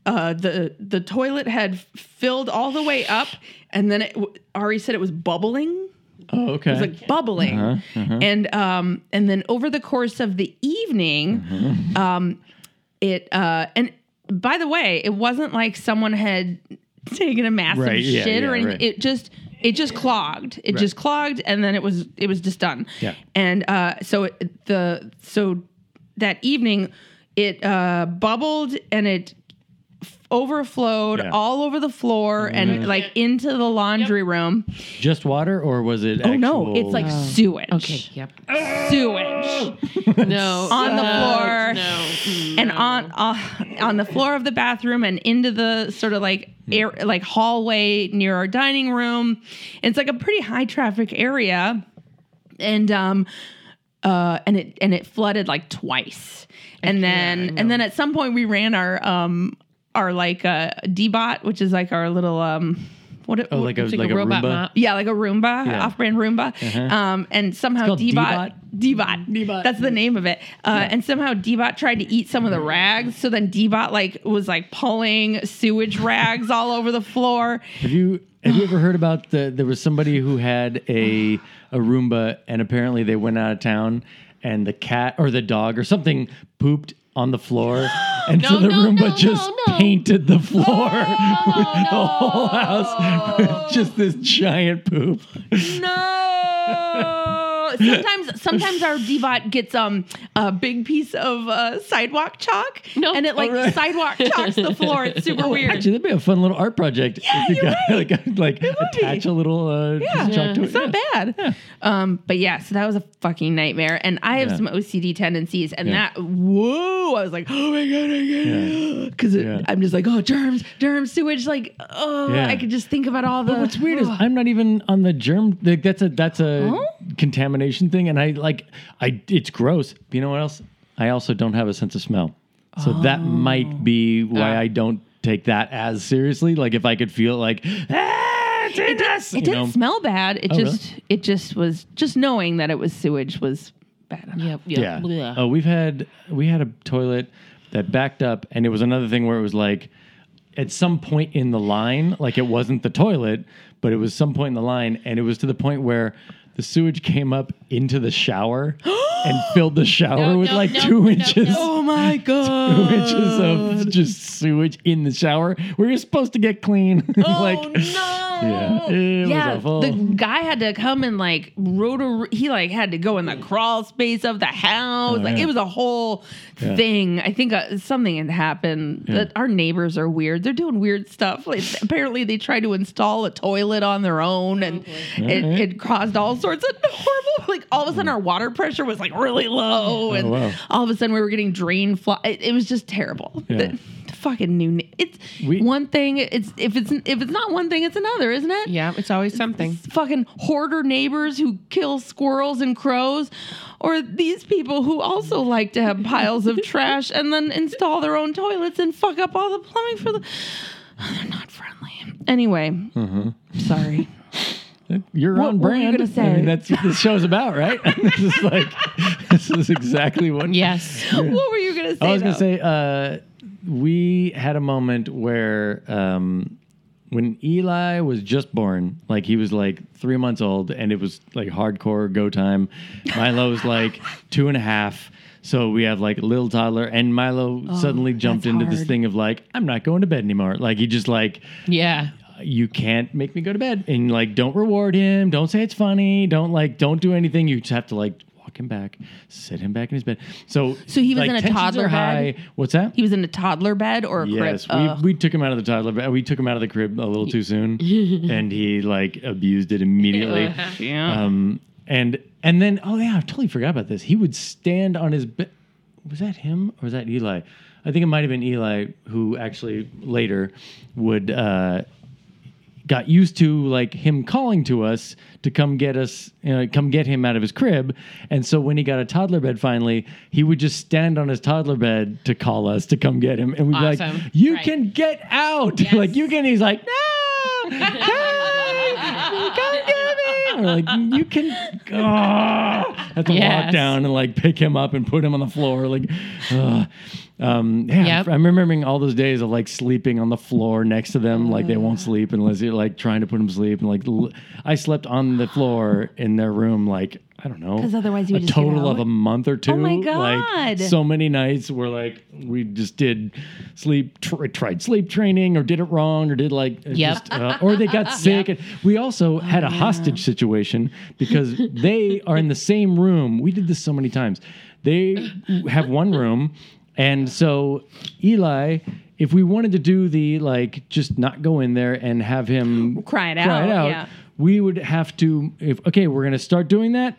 S2: uh, the the toilet had filled all the way up, and then it, w- Ari said it was bubbling.
S1: Oh, okay.
S2: It was like bubbling,
S1: Uh-huh, uh-huh.
S2: and um, and then over the course of the evening,
S1: Mm-hmm.
S2: um, it uh, and by the way, it wasn't like someone had taken a massive
S1: Right, yeah,
S2: shit
S1: yeah,
S2: or anything.
S1: right.
S2: It just it just clogged. It
S1: Right.
S2: just clogged, and then it was it was just done.
S1: Yeah.
S2: And uh, so it, the so that evening, it uh, bubbled and it overflowed
S1: Yeah. Mm-hmm.
S2: all over the floor and like into the laundry room.
S1: Just water, or was it?
S2: Oh no, it's like sewage.
S3: Okay. Yep.
S2: sewage.
S3: No.
S2: On the
S3: no,
S2: floor.
S3: No. mm,
S2: and
S3: no.
S2: on uh, on the floor of the bathroom and into the sort of like
S1: Hmm.
S2: air like hallway near our dining room. It's like a pretty high traffic area, and um, uh, and it and it flooded like twice, and then and then at some point we ran our um our like uh D-bot, which is like our little um what it,
S1: oh, like a
S3: It's
S1: like, a,
S3: robot
S1: Roomba.
S3: mop.
S2: yeah, like a Roomba,
S1: Yeah. Uh-huh.
S2: off-brand Roomba. Um, and somehow
S1: called
S2: Dbot, Dbot,
S1: Dbot.
S2: That's the name of it. Uh, And somehow Dbot tried to eat some of the rags. So then Dbot like was like pulling sewage rags all over the floor.
S1: Have you have you ever heard about the? There was somebody who had a a Roomba, and apparently they went out of town, and the cat or the dog or something pooped on the floor, and so
S3: No,
S1: the
S3: no,
S1: Roomba
S3: no,
S1: just
S3: no, no.
S1: painted the floor,
S2: Oh,
S3: no,
S1: with the
S3: no.
S1: whole house with just this giant poop.
S2: No. sometimes sometimes our Dbot gets um a big piece of uh, sidewalk chalk.
S3: No.
S2: And it like
S1: Alright.
S2: sidewalk chalks the floor. It's super weird.
S1: Actually, that'd be a fun little art project.
S2: Yeah,
S1: if you
S2: you're
S1: got, like
S2: right.
S1: like
S2: would be.
S1: attach a little uh,
S2: Yeah.
S1: chalk to it.
S2: It's not
S1: Yeah.
S2: bad. Um, but yeah, so that was a fucking nightmare. And I have
S1: Yeah.
S2: some OCD tendencies, and
S1: Yeah.
S2: that whoa, I was like, oh my god, I get it, because
S1: Yeah.
S2: I'm just like, oh germs, germs, sewage, like, oh,
S1: Yeah.
S2: I could just think about all the. Oh,
S1: But what's weird is I'm not even on the germ. Like that's a that's a
S2: Huh?
S1: contamination thing, and I like I it's gross. But you know what else? I also don't have a sense of smell, so
S2: Oh.
S1: that might be why
S3: Ah.
S1: I don't take that as seriously. Like if I could feel like ah, it's in us,
S2: it
S1: you
S2: didn't
S1: know?
S2: smell bad. It
S1: Oh, really?
S2: just, it just was just knowing that it was sewage was bad.
S3: Yep. Yep.
S1: Yeah.
S3: bleh.
S1: Oh, we've had we had a toilet that backed up, and it was another thing where it was like at some point in the line, like it wasn't the toilet, but it was some point in the line, and it was to the point where the sewage came up into the shower and filled the shower
S3: No,
S1: with
S3: no,
S1: like
S3: no,
S1: two
S3: no,
S1: inches.
S3: no.
S2: Oh my
S1: Two
S2: god!
S1: inches of just sewage in the shower where you're supposed to get clean.
S2: Oh
S1: like,
S2: no!
S1: yeah, it
S2: yeah,
S1: was awful.
S2: the guy had to come and like rotor. He like had to go in the crawl space of the house.
S1: Oh,
S2: like
S1: yeah.
S2: it was a whole
S1: Yeah.
S2: thing. I think uh, something had happened. That our neighbors are weird. They're doing weird stuff. Like, apparently, they tried to install a toilet on their own, and it,
S1: Alright.
S2: it caused all sorts of horrible. Like all of a sudden, our water pressure was like really low, and
S1: Oh, wow.
S2: all of a sudden, we were getting drain fly. It, it was just terrible.
S1: Yeah.
S2: The- the fucking new. na- It's
S1: We-
S2: one thing. It's if it's if it's not one thing, it's another, isn't it?
S3: Yeah. It's always something.
S2: fucking hoarder neighbors who kill squirrels and crows, or these people who also like to have piles of trash and then install their own toilets and fuck up all the plumbing for the. They're not friendly. Anyway,
S1: Mm-hmm.
S2: sorry.
S1: You're
S2: What
S1: on
S2: were you
S1: brand.
S2: gonna
S1: I
S2: say?
S1: mean, that's what this show's about, right? this is like, this is exactly what.
S3: Yes.
S2: what were you gonna say?
S1: I was gonna
S2: though?
S1: say, uh, we had a moment where um, when Eli was just born, like he was like three months old, and it was like hardcore go time. Milo was like two and a half. So we have like a little toddler, and Milo suddenly jumped
S2: Oh, that's
S1: into this
S2: hard.
S1: thing of like, I'm not going to bed anymore. Like he just like
S3: Yeah.
S1: you can't make me go to bed and like don't reward him don't say it's funny don't like don't do anything you just have to like walk him back sit him back in his bed so
S2: So he was
S1: like,
S2: in a
S1: tensions
S2: toddler
S1: are high. what's that
S2: He was in a toddler bed or a
S1: yes
S2: crib. Oh. Ugh.
S1: we, we took him out of the toddler bed we took him out of the crib a little too soon and he like abused it immediately
S2: yeah.
S1: um and and then oh yeah i totally forgot about this he would stand on his bed was that him or was that eli i think it might have been eli who actually later would uh got used to like him calling to us to come get us you know, come get him out of his crib and so when he got a toddler bed finally he would just stand on his toddler bed to call us to come get him and we'd be
S3: Awesome.
S1: like you
S3: Right.
S1: can get out like you can he's like no hey, come get me And we're like you can go have to walk
S3: Yes.
S1: down and like pick him up and put him on the floor like ugh. um, yeah,
S3: Yep.
S1: I'm remembering all those days of like sleeping on the floor next to them, like they
S2: Mm.
S1: won't sleep unless you're like trying to put them to sleep. And like, l- I slept on the floor in their room, like I don't know,
S2: 'Cause otherwise you
S1: a
S2: would just get
S1: total of
S2: out. Oh
S1: a month or two.
S2: my God.
S1: Like, so many nights where like we just did sleep, tr- tried sleep training, or did it wrong, or did like it
S3: Yep.
S1: just, uh, or they got sick. And we also had a hostage situation because they are in the same room. We did this so many times. They have one room, and so Eli if we wanted to do the like just not go in there and have him
S2: Cry it out, yeah.
S1: we would have to if okay, we're gonna start doing that.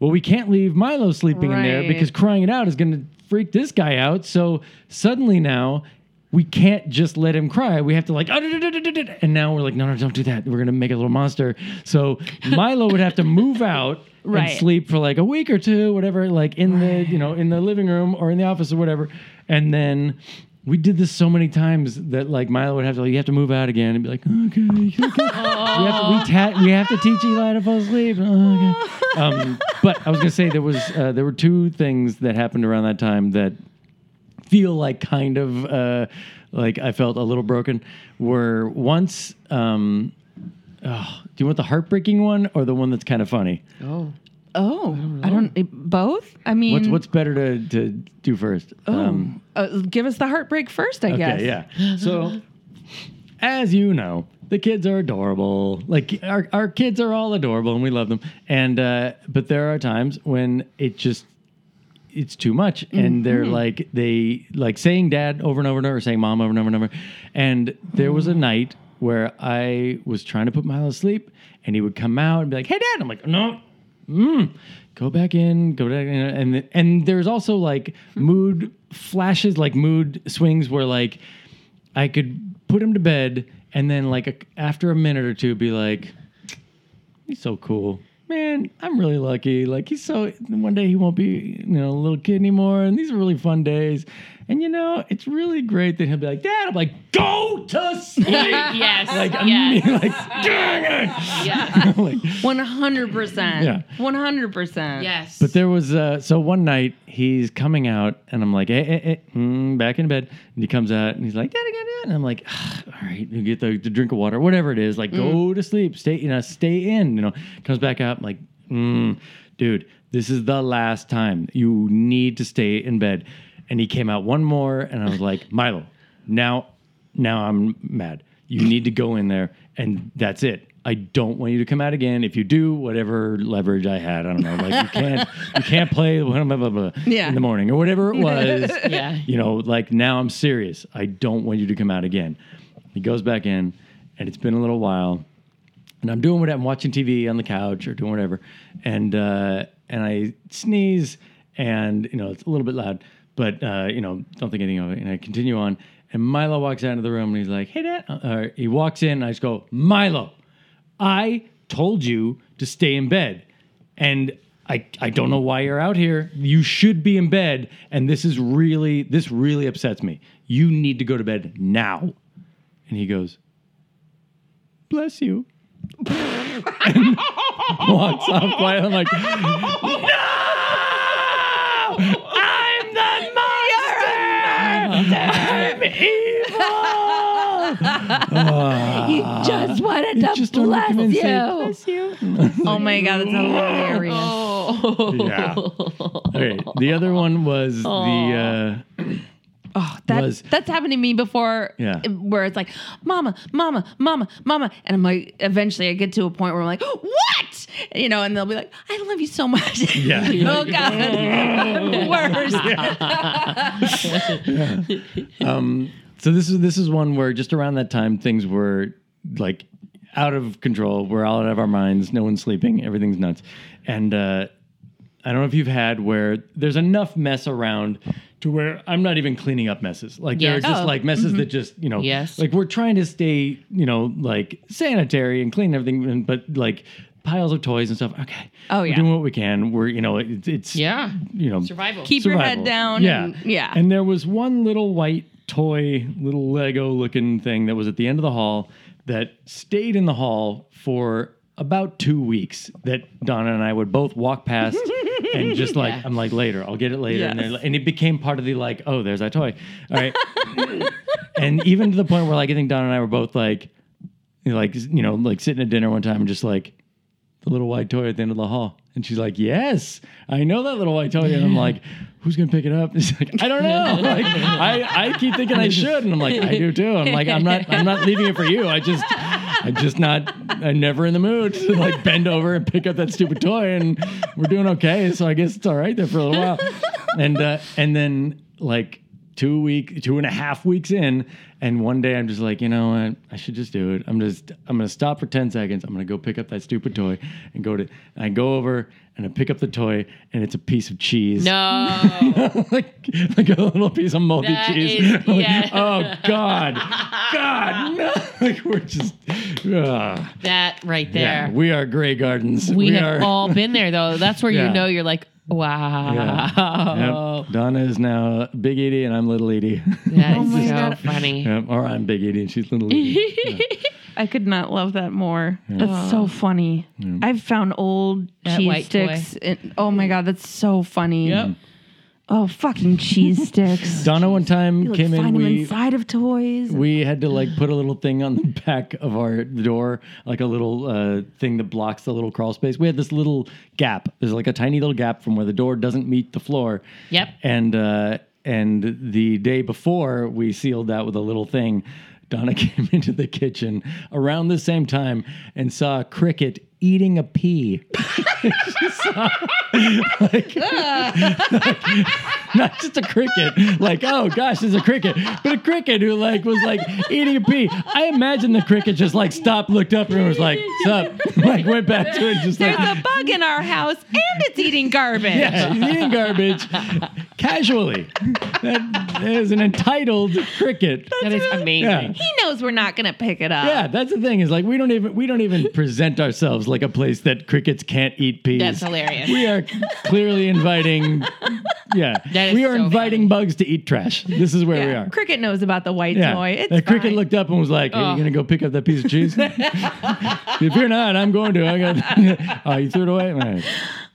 S1: Well, we can't leave Milo sleeping in there
S2: Right.
S1: because crying it out is gonna freak this guy out. So suddenly now we can't just let him cry. We have to like, "Ah, da, da, da, da, da, da," and now we're like, no, no, don't do that. We're gonna make a little monster. So Milo would have to move out
S2: Right.
S1: and sleep for like a week or two, whatever, like in the you know in the living room or in the office or whatever. And then we did this so many times that like Milo would have to like, you have to move out again and be like, okay, okay. we, have to, we, ta- we have to teach Eli to fall asleep. Oh, okay. um, but I was gonna say there was uh, there were two things that happened around that time that feel like kind of uh, like I felt a little broken. Were once. Um, oh, do you want the heartbreaking one or the one that's kind of funny?
S3: Oh.
S2: Oh, I don't. it- both. I mean,
S1: What's what's better to, to do first? Um,
S2: uh, give us the heartbreak first, I guess.
S1: okay, yeah. So, as you know, the kids are adorable. Like our our kids are all adorable, and we love them. And uh, but there are times when it just it's too much and they're
S2: Mm-hmm.
S1: like they like saying dad over and over and over saying mom over and over and over and there was a night where i was trying to put milo to sleep and he would come out and be like hey dad i'm like no mm, go back in go back in and and there's also like mood flashes like mood swings where like i could put him to bed and then like a, after a minute or two be like he's so cool. Man, I'm really lucky. Like he's so one day he won't be, you know, a little kid anymore. And these are really fun days. And you know, it's really great that he'll be like, Dad, I'm like, go to sleep.
S3: Yes.
S1: like,
S3: yes.
S1: I'm like, dang it.
S3: Yeah.
S1: Like,
S2: One hundred percent.
S1: Yeah.
S2: One hundred percent.
S3: Yes.
S1: But there was uh, so one night he's coming out and I'm like, eh, eh, eh, mm, back in bed. And he comes out and he's like, dad, dad, dad. And I'm like, "Ah, all right, you get the, the drink of water, whatever it is. Like, go to sleep, stay, you know, stay in. You know, comes back out. I'm like, mm, dude, this is the last time you need to stay in bed. And he came out one more, and I was like, Milo, now, now I'm mad. You need to go in there, and that's it. I don't want you to come out again. If you do, whatever leverage I had, I don't know, like you can't, you can't play blah, blah, blah, blah,
S2: Yeah.
S1: in the morning or whatever it was.
S3: Yeah.
S1: You know, like now I'm serious. I don't want you to come out again. He goes back in, and it's been a little while and I'm doing whatever, I'm watching TV on the couch or doing whatever, and uh, and I sneeze, and you know it's a little bit loud, but uh, you know don't think anything of it, and I continue on, and Milo walks out of the room, and he's like, "Hey, Dad," uh, or he walks in, and I just go, "Milo, I told you to stay in bed, and." I, I don't know why you're out here. You should be in bed, and this is really this really upsets me. You need to go to bed now. And he goes, "Bless you." walks off quiet. I'm like, no, I'm the monster. I'm evil.
S2: You just wanted to
S1: Uh, just don't
S2: bless
S1: come
S2: you.
S1: and say,
S2: oh my god, that's hilarious.
S3: oh.
S1: yeah. Okay. The other one was the. Uh,
S2: Oh, that,
S1: Was-
S2: that's happened to me before.
S1: Yeah.
S2: Where it's like, mama, mama, mama, mama. And I'm like, eventually I get to a point where I'm like, what? You know, and they'll be like, I love you so much.
S1: Yeah.
S2: oh, God. I'm the worst.
S1: So this is this is one where just around that time things were like out of control. We're all out of our minds. No one's sleeping. Everything's nuts. And uh, I don't know if you've had where there's enough mess around to where I'm not even cleaning up messes. Like there are
S3: Yes.
S1: just
S2: Oh.
S1: like messes that just you know
S3: Yes.
S1: like we're trying to stay you know like sanitary and clean everything, and- but like piles of toys and stuff. Okay.
S2: Oh,
S1: We're
S2: yeah.
S1: doing what we can. We're you know it, it's
S3: Yeah.
S1: you know
S3: Survival.
S2: Keep your head
S1: survival.
S2: down.
S1: Yeah.
S2: And, yeah.
S1: And there was one little white toy, little Lego looking thing that was at the end of the hall that stayed in the hall for about two weeks that Donna and I would both walk past and just like, I'm like, later, I'll get it later. And,
S2: Yes.
S1: they're- and it became part of the like, oh, there's that toy. All right. and even to the point where like, I think Donna and I were both like, you know, like, you know, like sitting at dinner one time and just like, the little white toy at the end of the hall. And she's like, Yes, I know that little white toy. And I'm like, Who's gonna pick it up? And she's like, I don't know. Like, I, I keep thinking I should. And I'm like, I do too. I'm like, I'm not I'm not leaving it for you. I just I'm just not I'm never in the mood to like bend over and pick up that stupid toy and we're doing okay. So I guess it's all right there for a little while. And uh and then like two week, two and a half weeks in, and one day I'm just like, you know what? I should just do it. I'm just, I'm gonna stop for ten seconds. I'm gonna go pick up that stupid toy and go to. I go over and I pick up the toy, and it's a piece of cheese.
S3: No.
S1: like, like a little piece of moldy
S3: That
S1: cheese.
S3: is-
S1: Like,
S3: yeah.
S1: Oh God, God, no! Like we're just, ugh.
S3: that right
S1: yeah.
S3: there.
S1: We are Grey Gardens.
S3: we,
S1: are.
S3: have all been there though. That's where
S1: Yeah.
S3: you know you're like, wow.
S1: Yep. Donna is now Big Edie and I'm Little Edie.
S3: That
S2: Oh
S3: is
S2: my
S3: so
S2: God.
S3: funny.
S1: Yep, Or I'm Big Edie and she's Little Edie.
S2: I could not love that more. That's
S1: Um,
S2: so funny. I've found old
S3: That
S2: cheese
S3: white toy.
S2: sticks. in- oh my god, that's so funny.
S3: Yep.
S2: Oh fucking cheese sticks.
S1: Donna one time
S2: You like
S1: came
S2: find
S1: in.
S2: them
S1: We
S2: inside of toys.
S1: we had to like put a little thing on the back of our door, like a little uh, thing that blocks the little crawl space. We had this little gap. There's like a tiny little gap from where the door doesn't meet the floor.
S3: Yep.
S1: And uh, and the day before we sealed that with a little thing, Donna came into the kitchen around the same time and saw a cricket eating a pea. She saw, like, not just a cricket, like, oh gosh, there's a cricket, but a cricket who like was like eating a pea. I imagine the cricket just like stopped, looked up, and was like, sup, like went back to it, just
S2: There's
S1: like
S2: a bug in our house and it's eating garbage.
S1: yeah, she's eating garbage casually. That is an entitled cricket.
S3: That is amazing.
S1: Yeah.
S2: He knows we're not gonna pick it up.
S1: Yeah, that's the thing is like we don't even we don't even present ourselves like a place that crickets can't eat peas.
S3: That's hilarious.
S1: We are clearly inviting yeah.
S3: That is
S1: we are
S3: so
S1: inviting bugs to eat trash. This is where we
S2: Yeah,
S1: are.
S2: Cricket knows about the white toy. It's
S1: the cricket
S2: fine.
S1: looked up and was like, "Are you
S3: Oh.
S1: gonna go pick up that piece of cheese? if you're not, I'm going to. I got. oh, you threw it away. All right.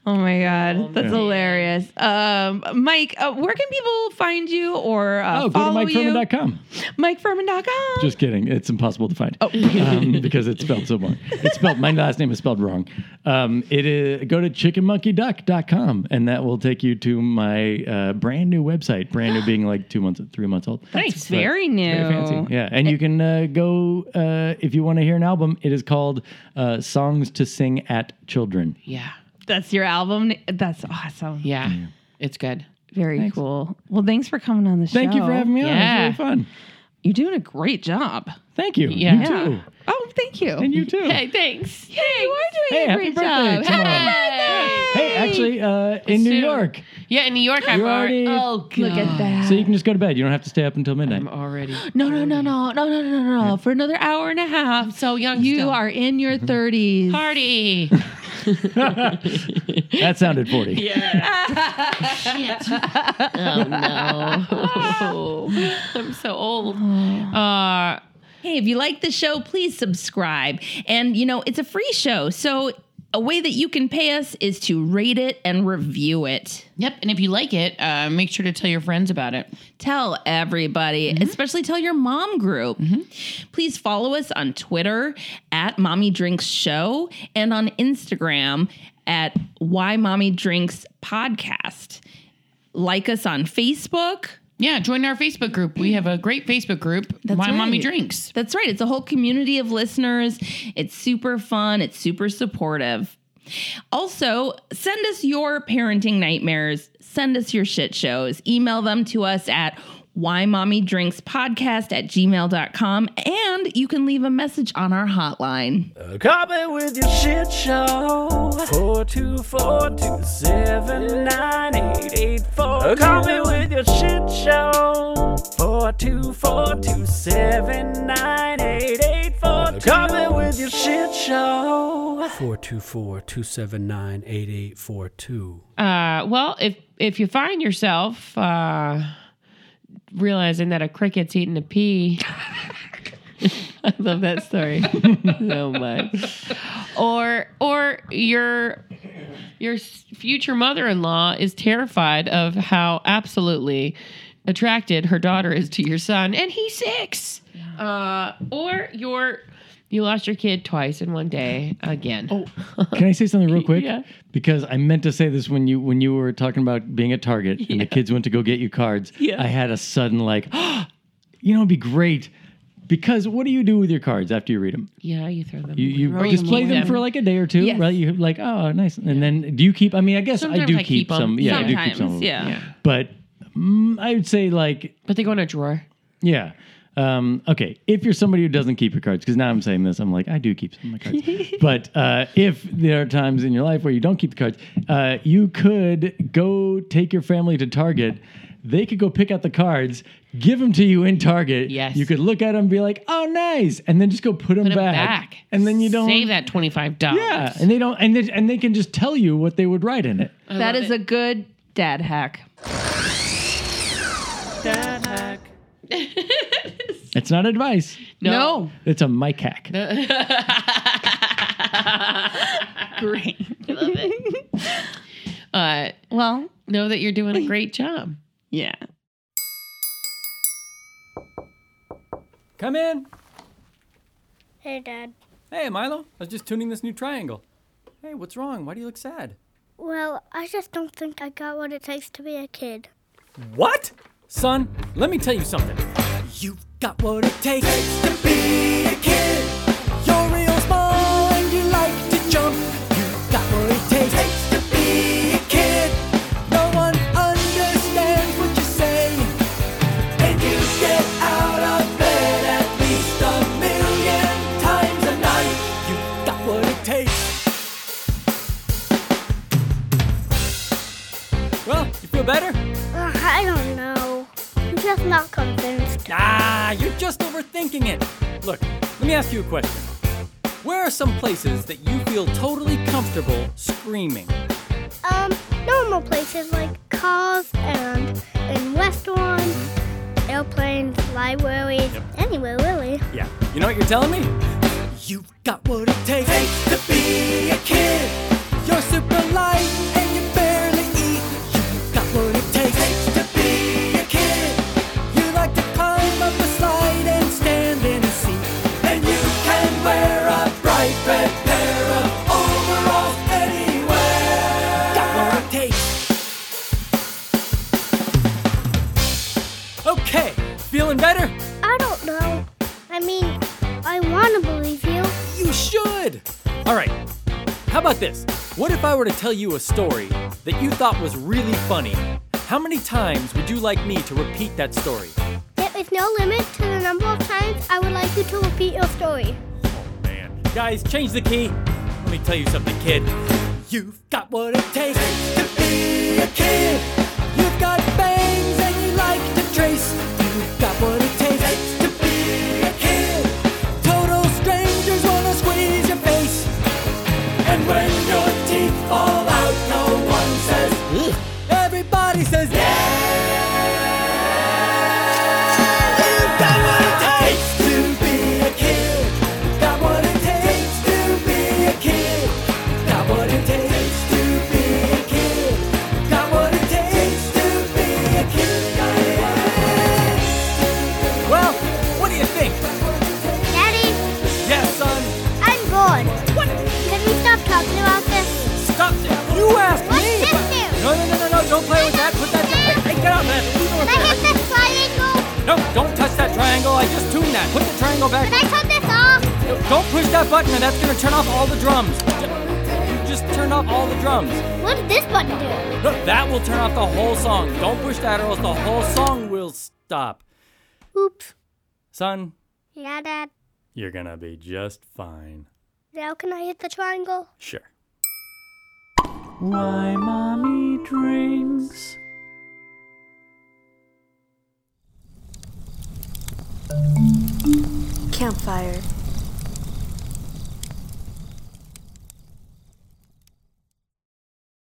S2: Oh my god, that's
S1: man.
S2: hilarious. Um, Mike, uh, where can people find you or uh,
S1: Oh, go
S2: follow
S1: to
S2: you?
S1: MikeFurman.com.
S2: MikeFurman.com.
S1: Just kidding. It's impossible to find. Oh. because it's spelled so wrong. It's spelled, my last name is spelled wrong. Um, it is, go to chickenmonkeyduck.com and that will take you to my uh, brand new website. Brand new being like two months, three months old.
S2: It's very new.
S1: Very fancy. Yeah. And you can uh, go, uh, if you want to hear an album, it is called uh, Songs to Sing at Children.
S3: Yeah.
S2: That's your album. That's awesome.
S3: Yeah. It's good.
S2: Very cool. Well, thanks for coming on the show.
S1: Thank you for having me on.
S3: Yeah.
S1: It was really fun.
S2: You're doing a great job.
S1: Thank you.
S3: Yeah.
S1: You too.
S2: Oh, thank you.
S1: And you too.
S3: Hey, thanks.
S2: yeah, you are doing
S1: Hey,
S2: a
S1: happy
S2: great
S1: birthday
S2: job.
S1: tomorrow.
S3: Hey.
S1: Hey, actually, uh, in New
S3: Soon.
S1: York.
S3: Yeah, in New York, I'm
S1: You're already-
S3: already. Oh, God.
S2: Look at that.
S1: So you can just go to bed. You don't have to stay up until midnight.
S3: I'm already.
S2: No, no, no, no, no, no, no, no, no. For another hour and a half.
S3: So young.
S2: You
S3: still.
S2: are
S1: Mm-hmm.
S2: in your 30s.
S3: party.
S1: That sounded 40.
S3: Yeah. Oh no. I'm so old. Uh
S2: Hey, if you like the show, please subscribe. And, you know, it's a free show. So a way that you can pay us is to rate it and review it.
S3: yep, and if you like it, uh, make sure to tell your friends about it.
S2: Tell everybody, especially tell your mom group. Please follow us on Twitter at Mommy Drinks Show and on Instagram at Why Mommy Drinks Podcast. Like us on Facebook.
S3: Yeah, join our Facebook group. We have a great Facebook group. Why
S2: right.
S3: mommy drinks.
S2: That's right. It's a whole community of listeners. It's super fun, it's super supportive. Also, send us your parenting nightmares, send us your shit shows, email them to us at why mommy drinks podcast at gmail.com and you can leave a message on our hotline
S5: Copy with your shit show. 424279884. Copy with your shit show. 424279884. Copy with your shit show. 424
S3: Uh well, if if you find yourself uh realizing that a cricket's eating a pea I love that story so much. Or or your your s- future mother-in-law is terrified of how absolutely attracted her daughter is to your son and he's 6. Uh or your you lost your kid twice in one day again. Oh,
S1: Can I say something real quick?
S3: Yeah.
S1: Because I meant to say this when you when you were talking about being at Target and the kids went to go get you cards.
S3: Yeah.
S1: I had a sudden like, you know, it'd be great. Because what do you do with your cards after you read them?
S3: yeah, you throw them.
S1: You, you
S2: Throw
S1: just
S2: them
S1: play them
S2: away.
S1: for like a day or two,
S2: Yes.
S1: right? You like, oh, nice. And then do you keep? I mean, I guess I
S3: Sometimes
S1: do
S3: I keep 'em.
S1: some. Yeah, I do keep
S2: sometimes
S1: some. of 'em.
S2: yeah.
S3: Yeah.
S1: But mm, I would say like
S3: But they go in a drawer.
S1: yeah. Um, okay, if you're somebody who doesn't keep your cards, because now I'm saying this, I'm like, I do keep some of my cards. but uh, if there are times in your life where you don't keep the cards, uh, you could go take your family to Target. They could go pick out the cards, give them to you in Target.
S3: Yes.
S1: You could look at them and be like, oh, nice. And then just go put them,
S3: Put 'em
S1: back.
S3: back.
S1: And then you don't.
S3: save that twenty five dollars.
S1: Yeah. And they don't. And they, and they can just tell you what they would write in it.
S2: That is a good dad hack.
S1: It's not advice,
S3: No.
S1: it's a mic hack.
S2: Great.
S3: Uh,
S2: well,
S3: know that you're doing a great job.
S2: yeah.
S6: Come in.
S7: Hey, Dad.
S6: Hey, Milo. I was just tuning this new triangle. Hey, what's wrong? Why do you look sad?
S7: Well, I just don't think I got what it takes to be a kid.
S6: What? Son, let me tell you something. You've got what it takes to be a kid. You're real smart, you like to jump. You've got what it takes, to be a kid. No one understands what you say. And you get out of bed at least a million times a night. You've got what it takes. Well, you feel better?
S7: Ugh, I don't know. I'm just not convinced.
S6: Ah, you're just overthinking it. Look, let me ask you a question. Where are some places that you feel totally comfortable screaming?
S7: Um, normal places like cars and in restaurants, airplanes, libraries, anywhere really.
S6: Yeah, you know what you're telling me? You've got what it takes, to be a kid. You're super light and you barely eat. You've got what it takes, to be a kid. You like to climb up a slide and stand in a seat. And you can wear a bright red pair of overalls anywhere. Got what it takes. Okay, feeling better?
S7: I don't know. I mean, I want to believe you.
S6: You should! All right, how about this? What if I were to tell you a story that you thought was really funny? How many times would you like me to repeat that story?
S7: There is no limit to the number of times I would like you to repeat your story.
S6: Man. Guys, change the key. Let me tell you something, kid. You've got what it takes to be a kid. You've got bangs and you like to trace. You've got what it takes to be a kid. Total strangers wanna squeeze your face. And when your teeth fall out, no one says, Ugh. everybody says, yeah. You've got what it takes to be a kid. You've got what it takes to be a kid. You've got what it takes to be a kid. You've got what it takes to be a kid. Yeah. Well, what do you think?
S7: Daddy,
S6: Yes, son.
S7: I'm bored. What? Can we stop talking about this?
S6: Stop it. You asked
S7: What's
S6: me.
S7: this do?
S6: No, no, no, no, no. Don't play with that. Put that down. Hey, hey, get out
S7: Can
S6: of
S7: I hit this triangle?
S6: No, don't touch that triangle. I just tuned that. Put the triangle back.
S7: Can I turn this off?
S6: Don't push that button, or that's gonna turn off all the drums. You just turned off all the drums.
S7: What did this button do?
S6: Look, that will turn off the whole song. Don't push that, or else the whole song will stop.
S7: Oops.
S6: Son,
S7: Yeah, Dad.
S6: you're gonna be just fine.
S7: Now can I hit the triangle?
S6: Sure.
S5: Why mommy drinks.
S8: Campfire.